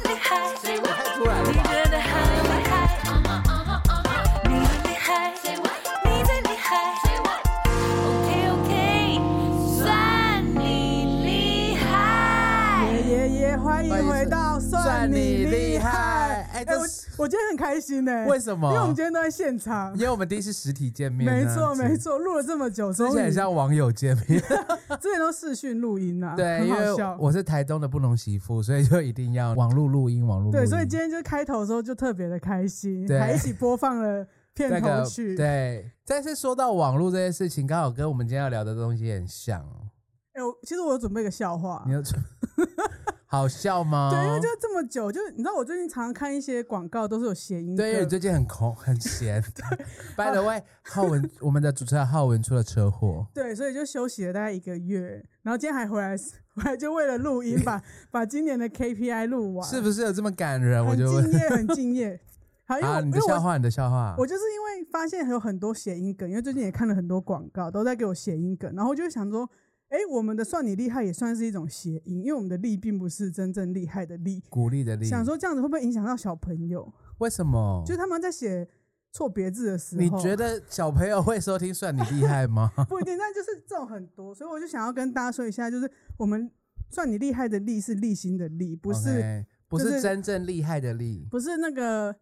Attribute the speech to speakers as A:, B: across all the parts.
A: Say what？太突然了吧！
B: 真的好厉害，你很厉害，你最厉害。OK OK，算你厉害。
C: 爷爷，欢迎回到算你厉害。
A: 哎
C: 哎，
A: 这
C: 我
A: 是
C: 我今天很开心呢。
A: 为什么
C: 因为我们今天都在现场
A: 因。为我们第一次实体见面，
C: 没错
A: 这样子
C: 没，错，录了这么久，
A: 之
C: 终
A: 前
C: 于
A: 很像网友见面，
C: 之前都视讯录音 啊，
A: 对，
C: 很
A: 因
C: 好
A: 为
C: 笑。
A: 我是台东的不农媳妇，所以就一定要网络录音，网络录音。
C: 对，所以今天就开头的时候就特别的开心，
A: 对
C: 还一起播放了片
A: 那
C: 头
A: 个
C: 曲。
A: 对，但是说到网络这件事情，刚好跟我们今天要聊的东西很像哦。
C: 哎，我其实我有准备个笑话
A: 你。要哦说 好笑吗？
C: 啊 对，因为就这么久，就你知道，我最近常常看一些广告，都是有谐音
A: 对，因为你
C: 梗。
A: 最近很空 很 闲。By the way，浩文，我们的主持人浩文出了车祸，
C: 对，所以就休息了大概一个月，然后今天还回来， 回来就为了录音把 把今年的 KPI 录完，
A: 是不是有这么感人？我
C: 很
A: 就
C: 敬
A: 问
C: 业，很敬业。好，因为我
A: 啊，你
C: 因
A: 的
C: 为
A: 笑
C: 我
A: 话，你啊的笑话，
C: 我就是因为发现有很多谐音梗，因为最近也看了很多广告，都在给我谐音梗，然后我就想说，哎，我们的算你厉害也算是一种谐音，因为我们的厉并不是真正厉害的厉。
A: 鼓励的力，
C: 想说这样子会不会影响到小朋友？
A: 为什么
C: 就？是他们在写错别字的时候，
A: 你觉 得小朋友会收听算你厉害吗？
C: 不一定，但就是这种很多，所以我就想要跟大家说一下，就是我们算你厉害的厉是立心的立， 不是
A: OK，不
C: 就是是
A: 真正厉害的力。
C: 不是那个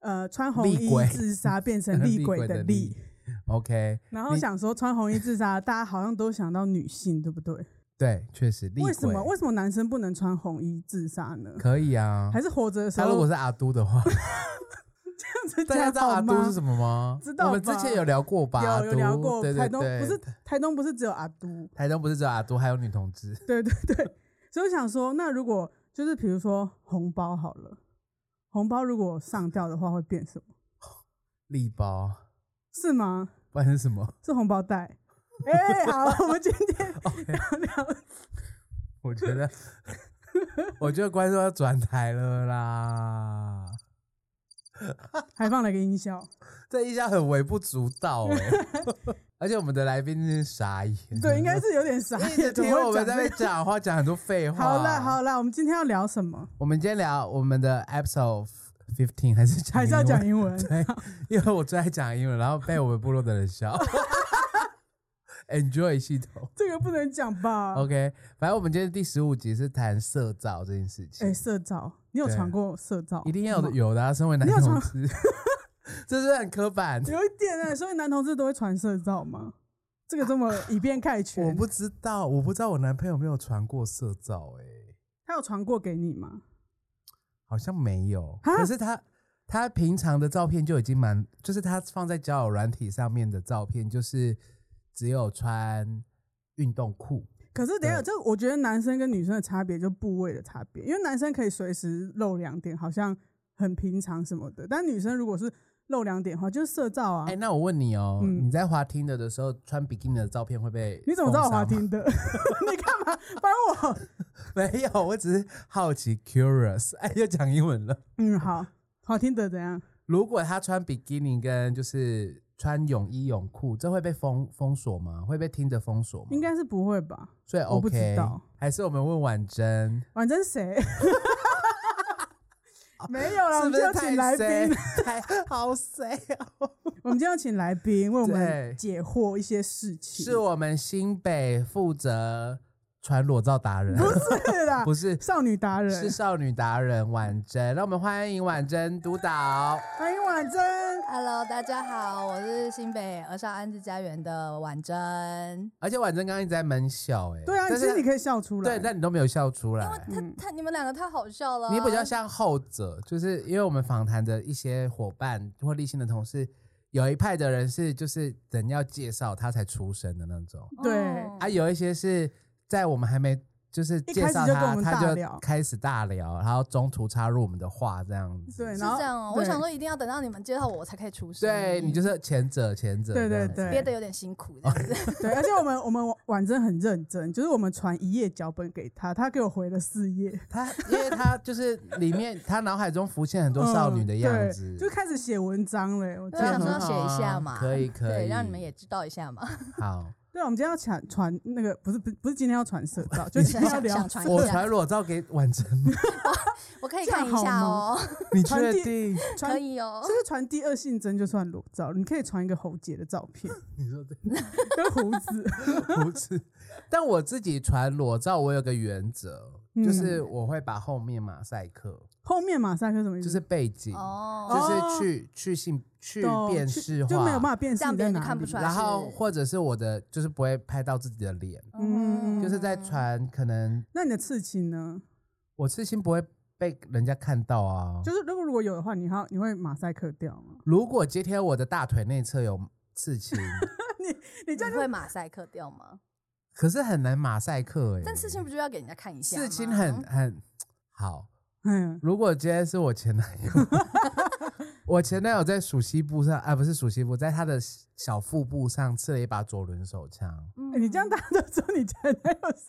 C: 呃穿红
A: 厉
C: 衣
A: 鬼
C: 自杀变成厉鬼的
A: 厉
C: 厉。
A: OK，
C: 然后
A: 你
C: 想说穿红衣自杀，大家好像都想到女性，对不对？
A: 对，确实厉鬼
C: 为什么为什么男生不能穿红衣自杀呢？
A: 可以啊
C: 还？是活着的时
A: 他
C: 候，
A: 如果是阿都的话，
C: 这样子
A: 大家
C: 讲
A: 知道
C: 好
A: 阿都
C: 吗
A: 是？什么吗？
C: 知道吧
A: 我们之前有聊过吧？阿都
C: 有有聊过，
A: 对对
C: 台东
A: 对，
C: 不是台东不是只有阿都，
A: 台东不是只有阿都，还有女同志。
C: 对对对，所以我想说，那如果就是比如说红包好了，红包如果上吊的话会变什么？
A: 力包，
C: 是吗？
A: 不然是什么？
C: 是红包袋？哎、好，我们今 天聊聊
A: 我觉得， 我觉得观众要转台了啦。
C: 还放了一个 音效，
A: 这一下很微不足道哎、 而且我们的来宾真是傻眼，
C: 对，应该是有点傻
A: 一直
C: 眼，怎
A: 听
C: 么
A: 我
C: 会
A: 们
C: 讲
A: 在
C: 这
A: 那边
C: 个？
A: 讲话，讲很多废话。
C: 好啦好啦，我们今天要聊什么？
A: 我们今天聊我们的 episode fifteen，还是讲
C: 还是要
A: 英文
C: 讲英文？
A: 对，因为我最爱讲英文，然后被我们部落的人笑。Enjoy 系统
C: 这个不能讲吧？
A: ，OK，反正我们今天第十五集是谈色照这件事情，
C: 哎、色照，你有
A: 对啊
C: 传过色照？
A: 一定要
C: 吗
A: 的有的、啊，身为男
C: 你有
A: 同
C: 传
A: 志， 这是很刻板。
C: 有一点哎、所以男同志都会传色照吗？这个这么以偏概 全，
A: 我不知道，我不知道我男朋友没有传过色照、欸，
C: 他有传过给你吗？
A: 好像没有。
C: 啊
A: 可是他他平常的照片就已经蛮，就是他放在交友软体上面的照片，就是只有穿运动裤。
C: 可是等一下，
A: 对
C: 这我觉得男生跟女生的差别就部位的差别，因为男生可以随时露两点，好像很平常什么的，但女生如果是露两点的话，就是色照啊。
A: 哎、那我问你哦、
C: 嗯
A: 你在滑听的的时候穿比基尼的照片会被
C: 你怎么知道我滑
A: 封杀吗？
C: 听的？ 你干嘛帮我？
A: 没有，我只是好奇 curious。哎，又讲英文了。
C: 嗯，好，滑听的怎样？
A: 如果他穿比基尼跟就是穿泳衣泳裤，这会被封封锁吗？会被听着封锁吗？
C: 应该是不会吧？
A: 所以 OK，
C: 我不知道
A: 还是我们问婉珍，
C: 反正谁？ 没有啦，我
A: 是
C: 们
A: 不
C: 今天
A: 是
C: 要
A: 太
C: 请来宾，
A: 衰 太好谁哦？
C: 我们今天要请来宾为我
A: 对
C: 们解惑一些事情。
A: 是我们新北负责传裸照达人，
C: 不是啊啦？
A: 不是，
C: 少女达
A: 是
C: 人，
A: 少女达人婉珍。让我们欢迎婉珍督导。
C: 欢迎婉珍。
D: Hello，大家好，我是新北儿少安置家园的婉珍。
A: 而且婉珍刚刚一直在闷笑、哎，
C: 对啊，其
A: 但
C: 实
A: 是
C: 你可以笑出来。
A: 对，但你都没有笑出来。
D: 他他你们两个太好笑了，
A: 嗯你比较像后者，就是因为我们访谈的一些伙伴或立新的同事，有一派的人是就是等要介绍他才出生的那种，
D: 哦
C: 对
A: 啊，有一些是在我们还没就是
C: 嗯一
A: 介
C: 开始
A: 绍
C: 就跟我
A: 他，
C: 们大
A: 他就
C: 聊
A: 开始大聊，然后中途插入我们的话这样子。
C: 对，
D: 是
C: 然后
D: 这样哦。我
C: 对
D: 想说一定要等到你们介绍我，我才可以出声。嗯
A: 对你就是前者，前者
C: 对
A: 这样
C: 对
A: 子。
C: 对，
D: 憋得有点辛苦这样子。
C: 对，而且我们我们婉珍很认真，就是我们传一页脚本给他，他给我回了四页，
A: 他因为他就是里面他脑海中浮现很多少女的样子
C: 嗯对，就开始写文章了。我记
D: 对啊
C: 得
D: 想说
C: 很
D: 要写一下嘛
A: 可以可以，
D: 对，让你们也知道一下嘛。
A: 好。
C: 对啊，我们今天要传传那个不是不是不是今天要传社照，就今天要聊
D: 想传一
A: 我
D: 下
A: 传裸照给婉珍吗，
D: 我可以
C: 这样
D: 看一下
C: 好
D: 哦，
A: 你
C: 传递
A: 确定？
C: 传
D: 可以哦
C: 是。不是传第二性征就算裸照？你可以传一个喉结的照片
A: 你说对
C: 跟 胡子，
A: 不是？但我自己传裸照，我有个原则，
C: 嗯
A: 就是我会把后面马赛克，
C: 后面马赛克什么意思？
A: 就是背景，
D: 嗯哦，
A: 就是去去性去
C: 懂
A: 辨
C: 去
A: 识
C: 就没有办
A: 化，
C: 法辨识
D: 这样
C: 你在
D: 别人就
C: 哪
D: 看不
C: 里
D: 出来
A: 然后
D: 是
A: 或者是我的就是不会拍到自己的脸，
C: 嗯
A: 就是在传可能
C: 那你的刺青呢？
A: 我刺青不会被人家看到啊。
C: 就是如果如果有的话，你要你会马赛克掉吗？
A: 如果今天我的大腿内侧有刺 青，
C: 你
D: 你
C: 这样就
D: 会马赛克掉吗？
A: 可是很难马赛克哎、
D: 但刺青不就要给人家看一下吗？
A: 刺青很很好。
C: 嗯，
A: 如果今天是我前男 友，我前男友在属西部上啊，不是属西部，在他的小腹部上刺了一把左轮手枪。
D: 嗯
C: 欸你这样大家都知道你前男友是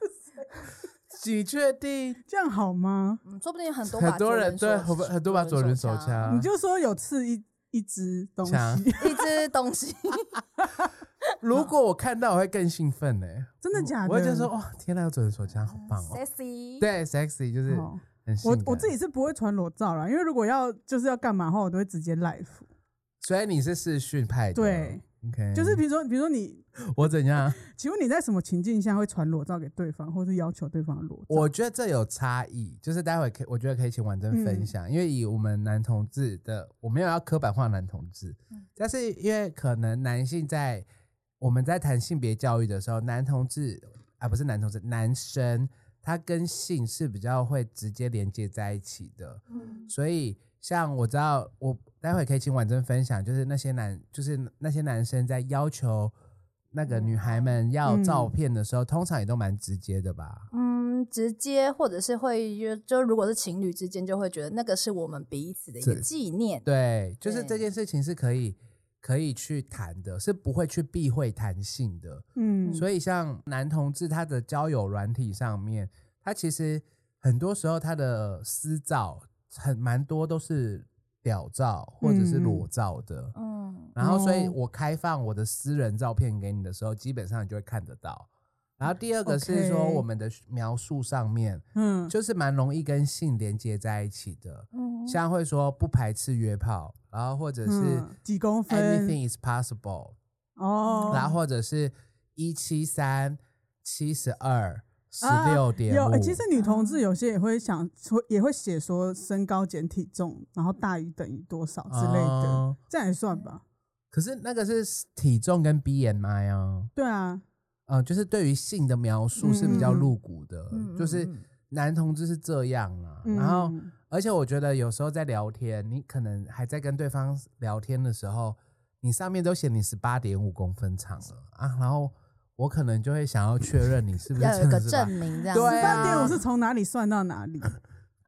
C: 谁，
A: 你确定？
C: 这样好吗？
D: 嗯，说不定很多把
A: 很多人
D: 左
A: 对
D: 轮手
A: 很很多把左轮手，枪
C: 你， 就说有刺一一只东西，
A: 想
D: 一只东西，
A: 如果我看到我会更兴奋呢、
C: 真的假的？哦
A: 我会就说哇，天哪，有左轮手 枪好棒哦！
D: sexy，，
A: 对，sexy 就是
C: 哦
A: 很性
C: 我
A: 感。
C: 我自己是不会传裸照啦，因为如果要就是要干嘛的话，我都会直接 live。
A: 嗯所以你是视讯派的，
C: 对
A: ，OK，
C: 就是比如说，比如说你，
A: 我怎样？
C: 请问你在什么情境下会传裸照给对方，或是要求对方裸照？
A: 我觉得这有差异，就是待会可以我觉得可以请婉珍
C: 嗯
A: 分享，因为以我们男同志的，我没有要刻板化男同志，
C: 嗯
A: 但是因为可能男性在我们在谈性别教育的时候，男同志啊不是男同志，男生他跟性是比较会直接连接在一起的，
C: 嗯
A: 所以像我知道我待会可以请婉珍分享，就是那些男就是那些男生在要求。那个女孩们要
C: 嗯
A: 照片的时候，通常也都蛮直接的吧？
D: 嗯，直接或者是会就就如果是情侣之间，就会觉得那个是我们彼此的一个
A: 对
D: 纪念，
A: 对，就是
D: 对
A: 这件事情是可以可以去谈的，是不会去避讳谈性的。
C: 嗯，
A: 所以像男同志他的交友软体上面，他其实很多时候他的私照很蛮多都是屌照或者是
C: 嗯嗯
A: 裸照的。
D: 嗯，
A: 然后，所以
C: 哦
A: 我开放我的私人照片给你的时候，基本上你就会看得到。然后第二个是说
C: OK
A: 我们的描述上面，
C: 嗯，
A: 就是蛮容易跟性连接在一起的。
D: 嗯
A: 像会说不排斥约炮，然后或者是
C: 嗯几公分
A: anything is possible，、
C: 哦，
A: 然后或者是一七三、七十二、十
C: 啊
A: 六点
C: 有、
A: 五
C: 欸，其实女同志有些也会想说，也会写说身高减体重，然后大于等于多少之类的，
A: 哦
C: 这样也算吧？
A: 可是那个是体重跟 BMI 啊，
C: 对啊，
A: 呃，就是对于性的描述是比较
C: 嗯嗯嗯
A: 露骨的，
D: 嗯
A: 就是
D: 嗯嗯
A: 男同志是这样啦、然后
C: 嗯
A: 而且我觉得有时候在聊天，你可能还在跟对方聊天的时候，你上面都写你十八点五公分长了啊，然后我可能就会想要确认你是不是
D: 要有
A: 真
D: 一个
A: 的是吧
D: 证。明这样，
A: 对
C: 八点
A: 啊
C: 五，是从哪里算到哪里？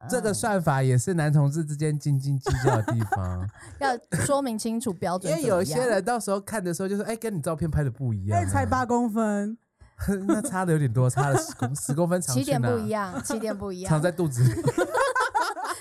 A: 这个算法也是男同志之间斤斤计较的地 方，
D: 要说明清楚标准
A: 因
D: 怎
A: 为
D: 么样，
A: 有些人到时候看的时候就说：“哎，跟你照片拍的不一样、
C: 哎、
A: 啊。”
C: 才八公分，
A: 那差的有点多，差了十公十公分长，
D: 起点不一，样，起点不一
A: 藏
D: 样，
A: 在肚子 里。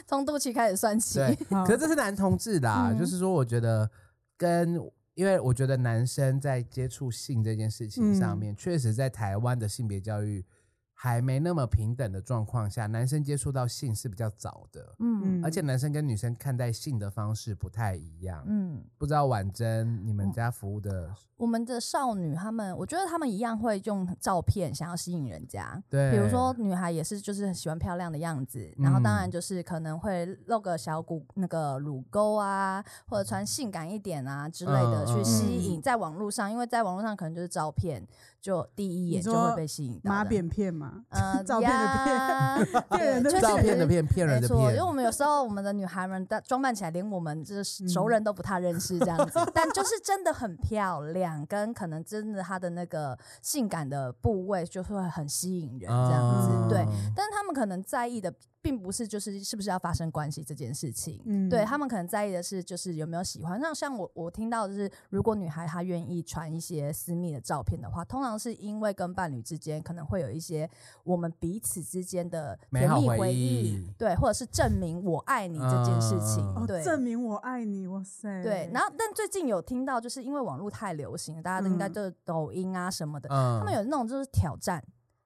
D: 从肚脐开始算起，
A: 对，
C: 好
A: 可是这是男同志啦，
D: 嗯
A: 就是说，我觉得跟因为我觉得男生在接触性这件事情
D: 嗯
A: 上面，确实在台湾的性别教育还没那么平等的状况下，男生接触到性是比较早的，
D: 嗯
C: 嗯，
A: 而且男生跟女生看待性的方式不太一样。
D: 嗯。
A: 不知道婉珍你们家服务的、
D: 我们的少女，她们，我觉得她们一样会用照片想要吸引人家。
A: 对
D: 比如说女孩也是，就是很喜欢漂亮的样子，然后
A: 嗯
D: 当然就是可能会露个小骨那个乳沟啊，或者穿性感一点啊之类
A: 嗯
D: 的、
A: 嗯
D: 去吸引。在网络上，因为在网络上可能就是照片，就第一眼
C: 你说
D: 就会被吸引到
C: 马
D: 的。
C: 扁片嘛，
D: 呃
C: 照片的片，
D: 片，
C: 骗人的
D: 对确实
A: 照片的骗骗人
D: 没
A: 的
D: 错，因为
A: 骗
D: 我，们有时候我们的女孩们的装扮起来，连我们
A: 嗯
D: 就是熟人都不太认识这样子，但就是真的很漂亮，跟可能真的她的那个性感的部位就会很吸引人这样子，
A: 啊
D: 对。但是他们可能在意的并不是就是是不是要发生关系这件事情，
C: 嗯
D: 对他们可能在意的是就是有没有喜欢。那像我我听到的是，如果女孩她愿意传一些私密的照片的话，通常是因为跟伴侣之间可能会有一些我们彼此之间的
A: 美
D: 甜
A: 好
D: 蜜
A: 回
D: 回忆
A: 忆，
D: 对，或者是证明我爱你这件事情，
A: 嗯
C: 哦，
D: 对。
C: 证明我爱你，哇塞！
D: 对，然后但最近有听到，就是因为网络太流行了，大家都应该
C: 嗯
D: 就是抖音啊什么的，
A: 嗯
D: 他们有那种就是挑战，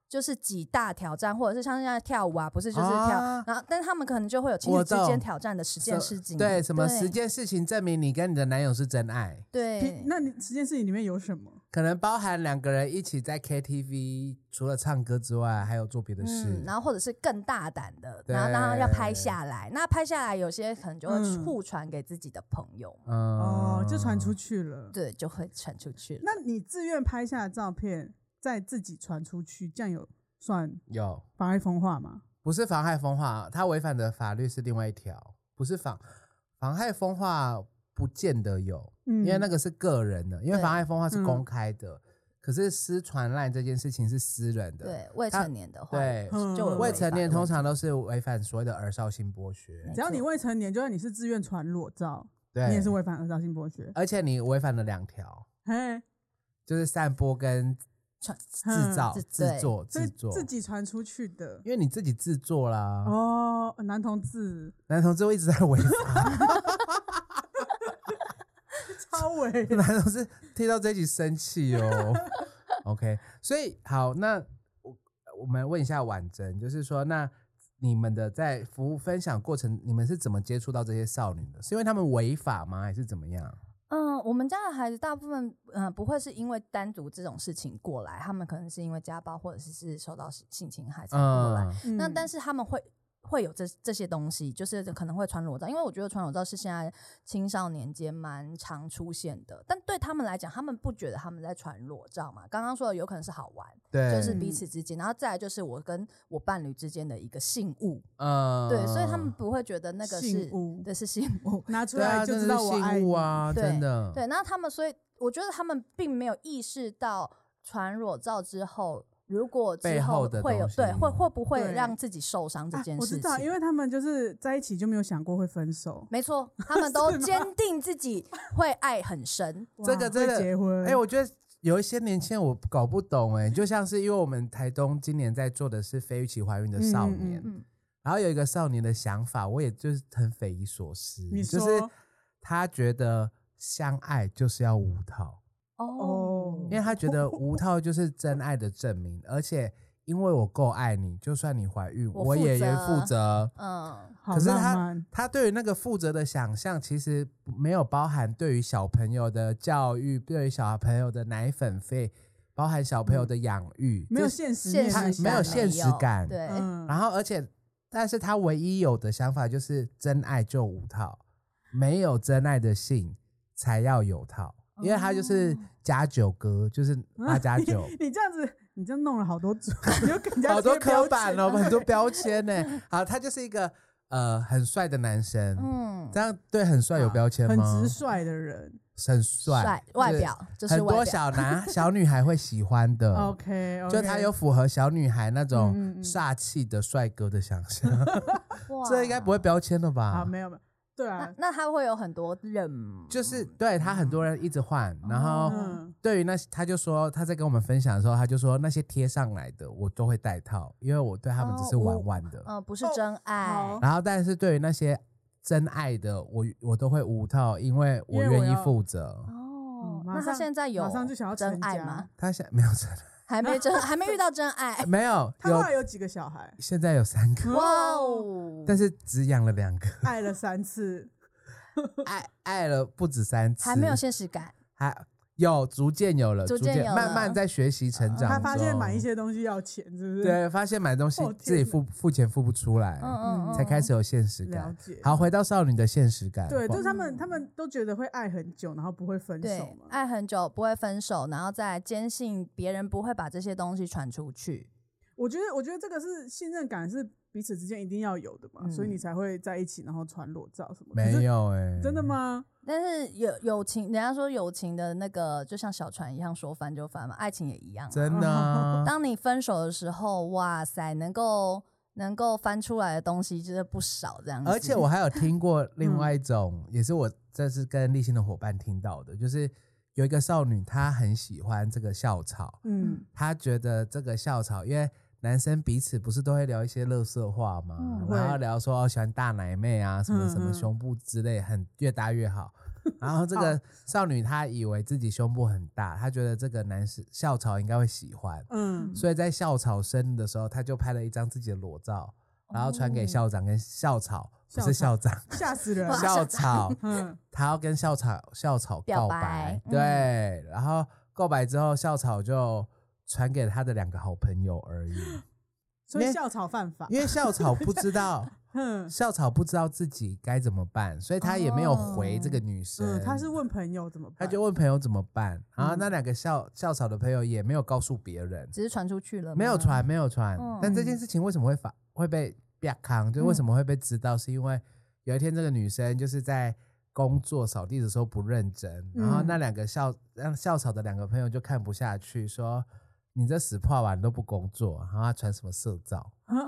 D: 就是几大挑战，或者是像现在跳舞啊，不是就是跳，
A: 啊
D: 然后但他们可能就会有情
A: 我
D: 侣之
A: 懂
D: 间挑战的十件事情，
A: 对什么十
D: 对
A: 件事情证明你跟你的男友是真爱，
D: 对
C: 皮，那你这件事情里面有什么？
A: 可能包含两个人一起在 KTV，除了唱歌之外，还有做别的事
D: 嗯，。然后或者是更大胆的，然后然后要拍下来，那拍下来有些可能就会
C: 嗯
D: 互传给自己的朋友嘛，
A: 嗯
C: 哦，就传出去了。
D: 对，就会传出去了。
C: 那你自愿拍下的照片，再自己传出去，这样有算
A: 有，
C: 妨碍风化吗？
A: 不是妨害风化，它违反的法律是另外一条，不是妨妨害风化不见得有，
C: 嗯
A: 因为那个是个人的，因为
D: 对
A: 妨害风化是
C: 嗯
A: 公开的，可是私传烂这件事情是私人的，
D: 对未
A: 他
D: 成年的话，
A: 对
C: 嗯
D: 就有
A: 未
D: 违
A: 成
D: 法
A: 年
D: 的
A: 通
D: 问题
A: 常都是违反所谓的儿少性剥削
D: 没，
C: 只要你
D: 错
C: 未成年，就算你是自愿传裸照，
A: 对，呃
C: 你也是违反儿少性剥削。
A: 而且你违反了两条，
C: 嘿，
A: 就是散播跟
D: 传
A: 制造、
D: 自
A: 制
D: 对
A: 作、
C: 嗯所以
A: 制作，啊
C: 自己传出去的。
A: 因为你自己制作啦，
C: 哦，男同志
A: 男同志会一直在违法，
C: 超 伟，
A: 男同志听到这一集生气 哦。OK，所以好，那我我们问一下婉珍，就是说，那你们的在服务分享过程，你们是怎么接触到这些少女的？是因为他们违法吗，还是怎么样？
D: 嗯，我们家的孩子大部分，嗯、不会是因为单独这种事情过来，他们可能是因为家暴或者是是受到性性侵害才会过来。
A: 嗯，
D: 那但
C: 是
D: 是他们会会有这这些东西，就是可能会穿裸照，因为我觉得穿裸照是现在青少年间蛮常出现的。但对他们来讲，他们不觉得他们在穿裸照嘛？刚刚说的有可能是好玩，
A: 对，
D: 就是
C: 嗯
D: 彼此之间，然后再来就是我跟我伴侣之间的一个性物，
A: 嗯，
D: 对，所以他们不会觉得那个
C: 性
D: 是
C: 物嗯
D: 对是性物，
C: 拿出
A: 对啊，
C: 来就
A: 真
C: 知
A: 的
C: 道
A: 是
C: 我爱
A: 信
C: 你
A: 物。啊，
D: 对
A: 真的，
D: 对，那他们所以我觉得他们并没有意识到传裸照之后，如果
A: 背
D: 之
A: 后
D: 后
A: 的
D: 会有
A: 东西
D: 对会会不会
C: 对
D: 让自己受伤这
C: 啊
D: 件
C: 我
D: 事
C: 知
D: 情。
C: 道，因为他们就是在一起就没有想过会分手。
D: 没错，他们都坚定自己会爱很深。
A: 这个
C: 哇
A: 真的
C: 会结婚，
D: 嗯
A: 哎、我觉得有一些年轻人我搞不懂哎、就像是因为我们台东今年在做的是非预期怀孕的少
C: 嗯嗯嗯
A: 年，
D: 嗯
A: 然后有一个少年的想法，我也就是很匪夷所思，
C: 你
A: 就
C: 说
A: 是他觉得相爱就是要无套，
D: 哦
A: 因为他觉得无套就是真爱的证明，而且因为我够爱你，就算你怀孕，
D: 我
A: 我
D: 负
A: 也也
D: 责
A: 负责。
D: 嗯，
C: 好
A: 可是
C: 浪
A: 他
C: 漫。
A: 他对于那个负责的想象，其实没有包含对于小朋友的教育，对于小朋友的奶粉费，包含小朋友的养育，
C: 嗯没有
A: 就是
C: 现实
D: 现
C: 面
D: 实
A: 没有
D: 感
A: 现实感
D: 对，
C: 嗯，
A: 然后而且，但是他唯一有的想法就是真爱就无套，没有真爱的性才要有套，因为他就是
C: 哦
A: 加九哥， 就是八加九。
C: 你这样子，你这样弄了好多 组，你就给人家
A: 好多
C: 贴标
A: 刻板
C: 签
A: 哦，很多标签呢。好，他就是一个呃很帅的男生，
D: 嗯，
A: 这样对很帅有标签
C: 啊很
A: 吗？
C: 直率的人。
A: 很帅，
D: 帅
A: 就是
D: 外表就是
A: 很
D: 外
A: 多
D: 表，
A: 小 男小女孩会喜欢的。
C: OK，
A: 嗯就他有符合小女孩那
C: 嗯嗯
A: 种
C: 嗯
A: 煞气的帅哥的想象，
D: 哇
A: 这应该不会。标签了
C: 啊，
A: 吧？
C: 没有没有，对啊
D: 那，那他会有很多人，
A: 就是对他很多人一直换，然后
D: 哦
C: 嗯，
A: 对于那些他就说他在跟我们分享的时候，他就说那些贴上来的我都会戴套，因为我对他们只是
D: 哦我
A: 玩玩的。
D: 嗯，不是真爱哦
C: 好，
A: 然后，但是对于那些真爱的，我我都会无套，因为我
C: 因为我
A: 愿意
C: 要
A: 负责。
D: 哦
C: 嗯。马
D: 那他
C: 上
D: 现在有
C: 马上就想要
D: 真
C: 成
D: 爱
C: 家
D: 吗？
A: 他现在没有真爱，
D: 还没真，还没遇到真 爱。
A: 没有
C: 他后
A: 有
C: 来有几个小孩，
A: 现在有三个，
D: 哇哦！
A: 但是只养了两个，
C: 爱了三次，
A: 爱爱了不止三次，
D: 嗯还没有现实感，
A: 还有逐渐有了，
D: 逐渐有了
A: 慢慢在学习成长。
C: 他发现买一。些东西要钱，是不是？，
A: 对，发现买东西
C: 哦
A: 自己
C: 天哪
A: 付付钱付不出来，
D: 嗯嗯，
A: 才开始有现实
C: 了
A: 感。
C: 解。
A: 好，回到少女的现实感。
C: 对，
A: 不
C: 就是他们，他们都觉得会爱很久，然后不会分手
D: 对
C: 嘛。
D: 爱很久不会分手，然后再坚信别人不会把这些东西传出去。
C: 我觉得，我觉得这个是信任感，是彼此之间一定要有的嘛，所以你才会在一起，然后传裸照什么的。可
A: 没
C: 是，
A: 有哎，
C: 真的？吗？
D: 但是友友情，人家说友情的那个就像小船一样，说翻就翻嘛，爱情也一样啊。
A: 真的啊
D: 当你分手的时候，哇塞，能够能够翻出来的东西真的不少，这样子。
A: 而且我还有听过
C: 嗯
A: 另外一种，也是我这次跟立新的伙伴听到的，就是有一个少女，她很喜欢这个校草，
C: 嗯，
A: 她觉得这个校草，因为男生彼此不是都会聊一些乐色话嘛，
D: 嗯
A: 然后
C: 会
A: 聊说、哦、喜欢大奶妹啊，什么什
C: 嗯
A: 么
C: 嗯
A: 胸部之类，很越大越好。然后这个少女她以为自己胸部很大，她觉得这个男士校草应该会喜欢，
C: 嗯，
A: 所以在校草生日的时候，她就拍了一张自己的裸照，然后传给校长跟校草，不是校
C: 校
A: 长，
C: 吓死人
D: 哇！
A: 校草，
C: 嗯，
A: 他要跟校草校草
D: 表
A: 告
D: 白嗯
A: 对，然后告白之后，校草就传给他的两个好朋友而 已，
C: 所以
A: 因为
C: 校草犯法。
A: 因为校草不知 道，
C: 嗯
A: 校草不知道自己该怎么办，所以他也没有回这个女生，
C: 嗯，他是问朋友怎么办？
A: 他就问朋友怎么办，然后
C: 嗯
A: 那两个校校草的朋友也没有告诉别人，
D: 只是传出去了，
A: 没有。传，没有传。
D: 嗯
A: 但这件事情为什么会发会被曝康？就为什么会被知道？是因为有一天这个女生就是在工作扫地的时候不认真，
C: 嗯
A: 然后那两个校让校草的两个朋友就看不下去，说你这死破吧，你都不工作，然后她传什么社照，
D: 哦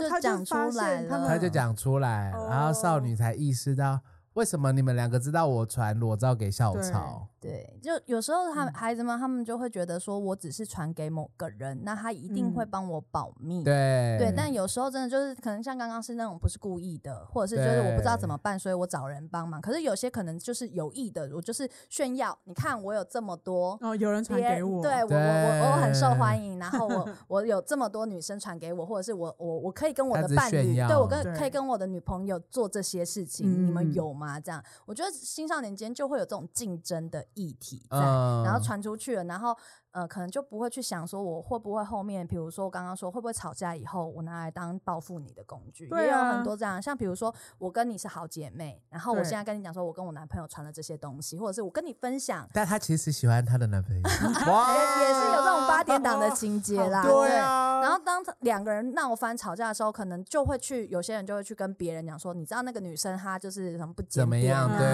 C: 哦他就
D: 讲出
C: 发现
D: 来
C: 他
D: 了，
C: 们
A: 她就讲出来，
C: 哦
A: 然后少女才意识到。为什么你们两个知道我传裸照给校草？
D: 对，就有时候他
A: 嗯
D: 们孩子们，他们就会觉得说，我只是传给某个人，那他一定会
C: 嗯
D: 帮我保密。
A: 对
D: 对，但有时候真的就是可能像刚刚是那种不是故意的，或者是就是我不知道怎么办，所以我找人帮忙。可是有些可能就是有意的，我就是炫耀，你看我有这么多。
C: 哦，有人传
D: 别人
C: 给我，
D: 对我我我我很受
A: 对
D: 欢迎，然 后我我有这么多女生传给我，或者是我我我可以跟我
A: 他
D: 的
A: 只是
D: 伴
A: 炫
D: 侣，对
A: 耀
D: 我跟可
C: 对
D: 以跟我的女朋友做这些事情，你
C: 嗯
D: 们有吗？这样，我觉得青少年间就会有这种竞争的议题在，
A: 嗯
D: 然后传出去了，然后呃，可能就不会去想说我会不会后面，比如说我刚刚说会不会吵架以后，我拿来当报复你的工具，
C: 对
D: 也有
C: 啊
D: 很多这样，像比如说我跟你是好姐妹，然后我
C: 对
D: 现在跟你讲说我跟我男朋友传了这些东西，或者是我跟你分享，
A: 但她其实喜欢她的男朋 友，
D: 也
A: 哇
D: 也是有这种八点档的情节啦，
A: 对啊，
D: 然后当两个人闹翻吵架的时候，可能就会去，有些人就会去跟别人讲说，你知道那个女生她就是什么不检
A: 怎么
D: 点
A: 样？
D: 啊
A: 对，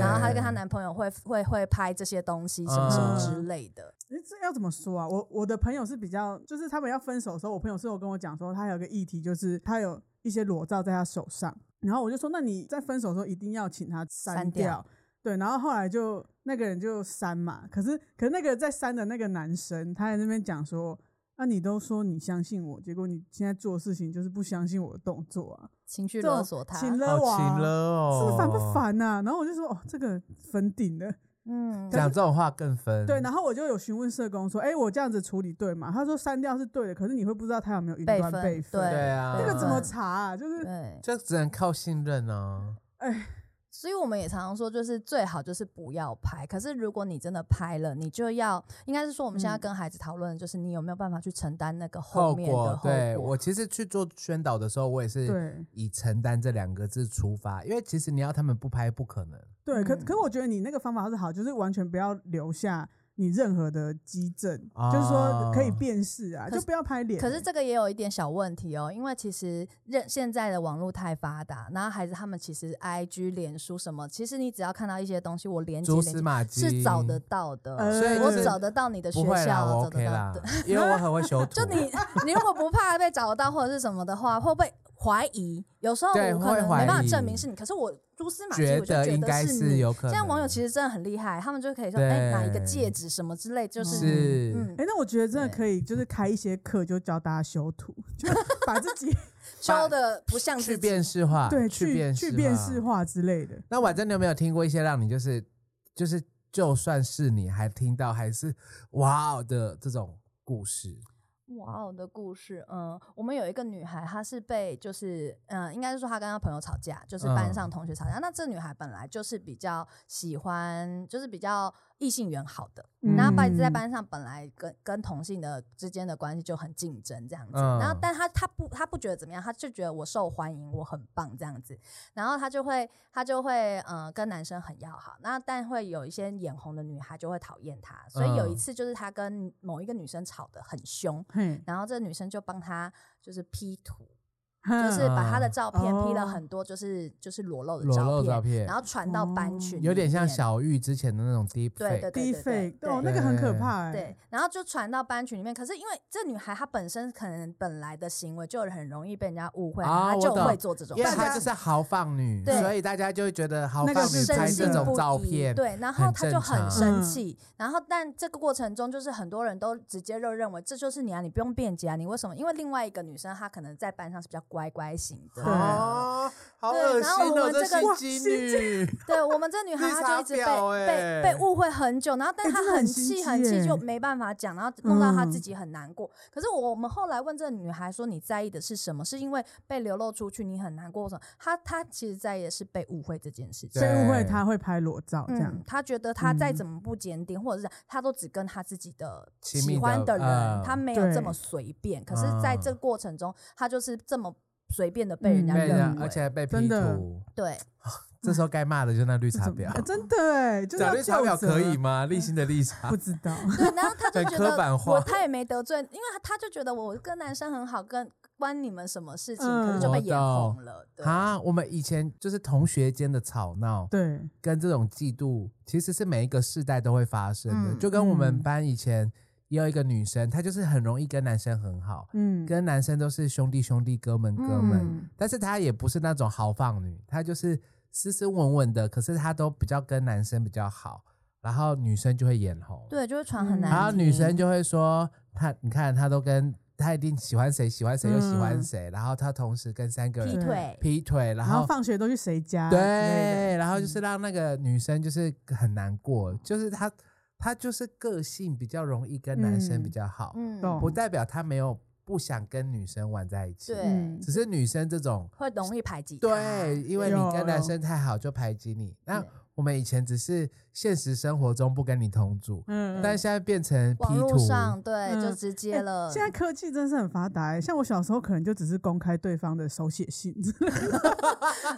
D: 然后她跟她男朋友会会会拍这些东西什么什么之类的，
C: 诶这要怎么说啊？我我的朋友是比较，就是他们要分手的时候，我朋友是有跟我讲说，他有个议题就是他有一些裸照在他手上，然后我就说，那你在分手的时候一定要请他
D: 删
C: 删
D: 掉
C: 对，然后后来就那个人就删嘛，可是可是那个在删的那个男生，他在那边讲说，那、你都说你相信我，结果你现在做事情就是不相信我的动作啊，
D: 情绪
C: 这
D: 勒
C: 种
D: 索她，
C: 请
A: 好
C: 了我、
A: 勤了
C: 啊，
A: 哦，
C: 是不是烦不？烦呐、然后我就说，哦，这个分顶了。
D: 嗯，
A: 讲这种话更分。
C: 对，然后我就有询问社工说：“哎、我这样子处理对吗？”他说：“删掉是对的，可是你会不知道他有没有云
D: 备
C: 端
D: 份
C: 备份，
D: 对嗯
A: 对啊，
C: 那个怎么
D: 备份
C: 查、啊？就是
D: 对，
A: 就只能靠信任哦。
D: 所以我们也常常说，就是最好就是不要拍。可是如果你真的拍了，你就要应该是说，我们现在
C: 嗯
D: 跟孩子讨论，的就是你有没有办法去承担那个后
A: 后
D: 面的后
A: 果
D: 果。，
A: 对我其实去做宣导的时候，我也是
C: 对
A: 以承担这两个字出发，因为其实你要他们不拍不可能。
C: 对，可
D: 嗯
C: 可我觉得你那个方法是好，就是完全不要留下你任何的基证，就是说可以
A: 啊
C: 辨识啊，
D: 可
C: 就是不要拍脸欸。
D: 可是这个也有一点小问题哦，因为其实认现在的网络太发达，然后孩子他们其实 I G、脸书什么，其实你只要看到一些东西，我连接
A: 蛛丝
D: 连接
A: 马迹
D: 是找得到的，
C: 呃
A: 所以
D: 我
A: 就是
D: 找得到你的学
A: 不会啦，
D: 校，
A: 我
D: 找
A: OK
D: 得
A: 啦
D: 到的。，
A: 因为我很会修图。
D: 就 你，你如果不怕被找到或者是什么的话，会不会怀疑？有时候我
A: 对
D: 可
A: 会
D: 能
A: 怀
D: 没办法
A: 疑
D: 证明是你，可是我蛛丝马迹，
A: 觉
D: 我就觉
A: 得应该
D: 得
A: 是
D: 你。
A: 有可能。
D: 现在网友其实真的很厉害，他们就可以说，哎，哪一个
A: 对
D: 戒指什么之类，就是
A: 是
D: 嗯
C: 哎、，那我觉得真的
D: 对
C: 可以，就是开一些课，就教大家修图，就把自 己
D: 修的不像
A: 去
D: 自己
A: 辨识化，
C: 对
A: 去
C: 去
A: 辨
C: 去辨识化之类的。
A: 那婉珍，你有没有听过一些让你就是就是就算是你还听到还是哇哦的这种故事？
D: 哇哦的故事，嗯，我们有一个女孩，她是被就是，嗯，应该是说她跟她朋友吵架，就是班
A: 嗯
D: 上同学吵架。那这女孩本来就是比较喜欢，就是比较异性缘好的，
C: 嗯
D: 然后班在班上本来跟跟同性的之间的关系就很竞争这样子。
A: 嗯
D: 然后，但她她不她不觉得怎么样，她就觉得我受欢迎，我很棒这样子。然后她就会她就会呃跟男生很要好，那但会有一些眼红的女孩就会讨厌她。所以有一
A: 嗯
D: 次就是她跟某一个女生吵得很凶。
C: 嘿，
D: 然后这个女生就帮他就是 P 图，
A: 嗯
D: 就是把他的照片 P 了
C: 哦
D: 很多，就是就是裸露的
A: 裸露照片哦
D: 然后传到班群里面，
A: 有点像小玉之前的那种 deep
D: 对
A: fake，
D: 对对
C: 低
D: 对对
C: fake
D: 对
C: 哦，那个很可怕哎、
D: 对，然后就传到班群里面。可是因为这女孩她本身可能本来的行为就很容易被人家误会，
A: 啊
D: 她就
A: 我懂
D: 会做这种
A: 因
D: 事
A: 为
D: 情。
A: 她就是豪放女，
D: 对
A: 所以大家就会觉得豪
C: 那
A: 放
C: 个
A: 女
C: 是
A: 拍
D: 深
C: 真
A: 这
D: 信
A: 种
C: 的
D: 不
A: 照
D: 疑
A: 片，
D: 对，然后
A: 很
D: 他
A: 正
D: 就很
A: 常
D: 生
C: 嗯
D: 气，然后但这个过程中就是很多人都直接就认为这就是你啊，你不用辩解啊，你为什么？因为另外一个女生她可能在班上是比较乖乖型的，
C: 对
A: 啊，好
D: 对
A: 恶
D: 然后
A: 心
D: 我
A: 哦，
D: 们
A: 这
D: 这个
A: 心机 女，
D: 对我们这女孩
A: 绿
D: 她
A: 茶
D: 就一直被、
A: 婊欸
D: 被被误会很久，然后但
C: 欸
D: 她
C: 哎真的很心
D: 气
C: 机
D: 很气
C: 欸
D: 就没办法讲，然后弄到她自
C: 嗯
D: 己很难过。可是我们后来问这个女孩说你在意的是什么？是因为被流露出去你很难过或什么？她她其实在意的是被误会这件事情
A: 对。
C: 被误会他会拍裸照这样
D: 嗯，，他觉得他再
C: 嗯
D: 怎么不检点，或者是他都只跟他自己的
A: 亲
D: 喜
A: 密
D: 欢
A: 的
D: 的人，
A: 嗯
D: 他没有这么
C: 对
D: 随便。可是在这
A: 嗯
D: 过程中，他就是这么随便的被人
C: 嗯
D: 家
A: 被
D: 认
A: 人
D: 为，
A: 而且还被 P
C: 真的
A: 图，
D: 对
A: 这时候该骂的就是那绿茶
C: 这怎么
A: 婊，
C: 啊真的哎、就是
A: 找
C: 要
A: 绿茶婊
C: 就责
A: 可以吗？立新的绿茶
C: 不，知道，
D: 对，然后他就
A: 很
D: 觉
A: 刻
D: 得
A: 板
D: 我
A: 化
D: 他也没得罪，因为他他就觉得我跟男生很好，跟关你们什么事情，可是
C: 嗯
D: 就被
A: 我
D: 眼
A: 懂
D: 红了。对，
A: 啊，我们以前就是同学间的吵闹，
C: 对，
A: 跟这种嫉妒其实是每一个世代都会发生的，
D: 嗯
A: 就跟我们
C: 嗯
A: 班以前也有一个女生，她就是很容易跟男生很好，
C: 嗯，
A: 跟男生都是兄弟兄弟哥们哥们，
D: 嗯
A: 但是她也不是那种豪放女，她就是斯斯文文的，可是她都比较跟男生比较好，然后女生就会眼红，，
D: 对，就会传很
C: 嗯
D: 难听。
A: 然后啊女生就会说她，你看她都跟她一定喜欢谁，喜欢谁又喜欢
C: 嗯
A: 谁，然后她同时跟三个
D: 劈
A: 人
C: 对
D: 腿，
A: 劈腿，然
C: 然后
A: 后。
C: 放学都去谁啊家之类的，
A: 对，然后就是让那个女生就是很难过，就是她她就是个性比较容易跟男生比
C: 嗯
A: 较好，
D: 嗯，
C: 懂
A: 不代表她没有不想跟女生玩在一起，
D: 对，
C: 嗯
A: 只是女生这种
D: 会容易排挤他。
A: 对，因为你
C: 有
A: 跟男
C: 有
A: 生太好就排挤你。那
D: 对
A: 我们以前只是现实生活中不跟你同住，
C: 嗯，
A: 但现在变成 P
D: 网络
A: 图，
D: 上对就
C: 嗯
D: 直接了。
C: 现在科技真是很发达、欸，像我小时候可能就只是公开对方的手写信 之类的，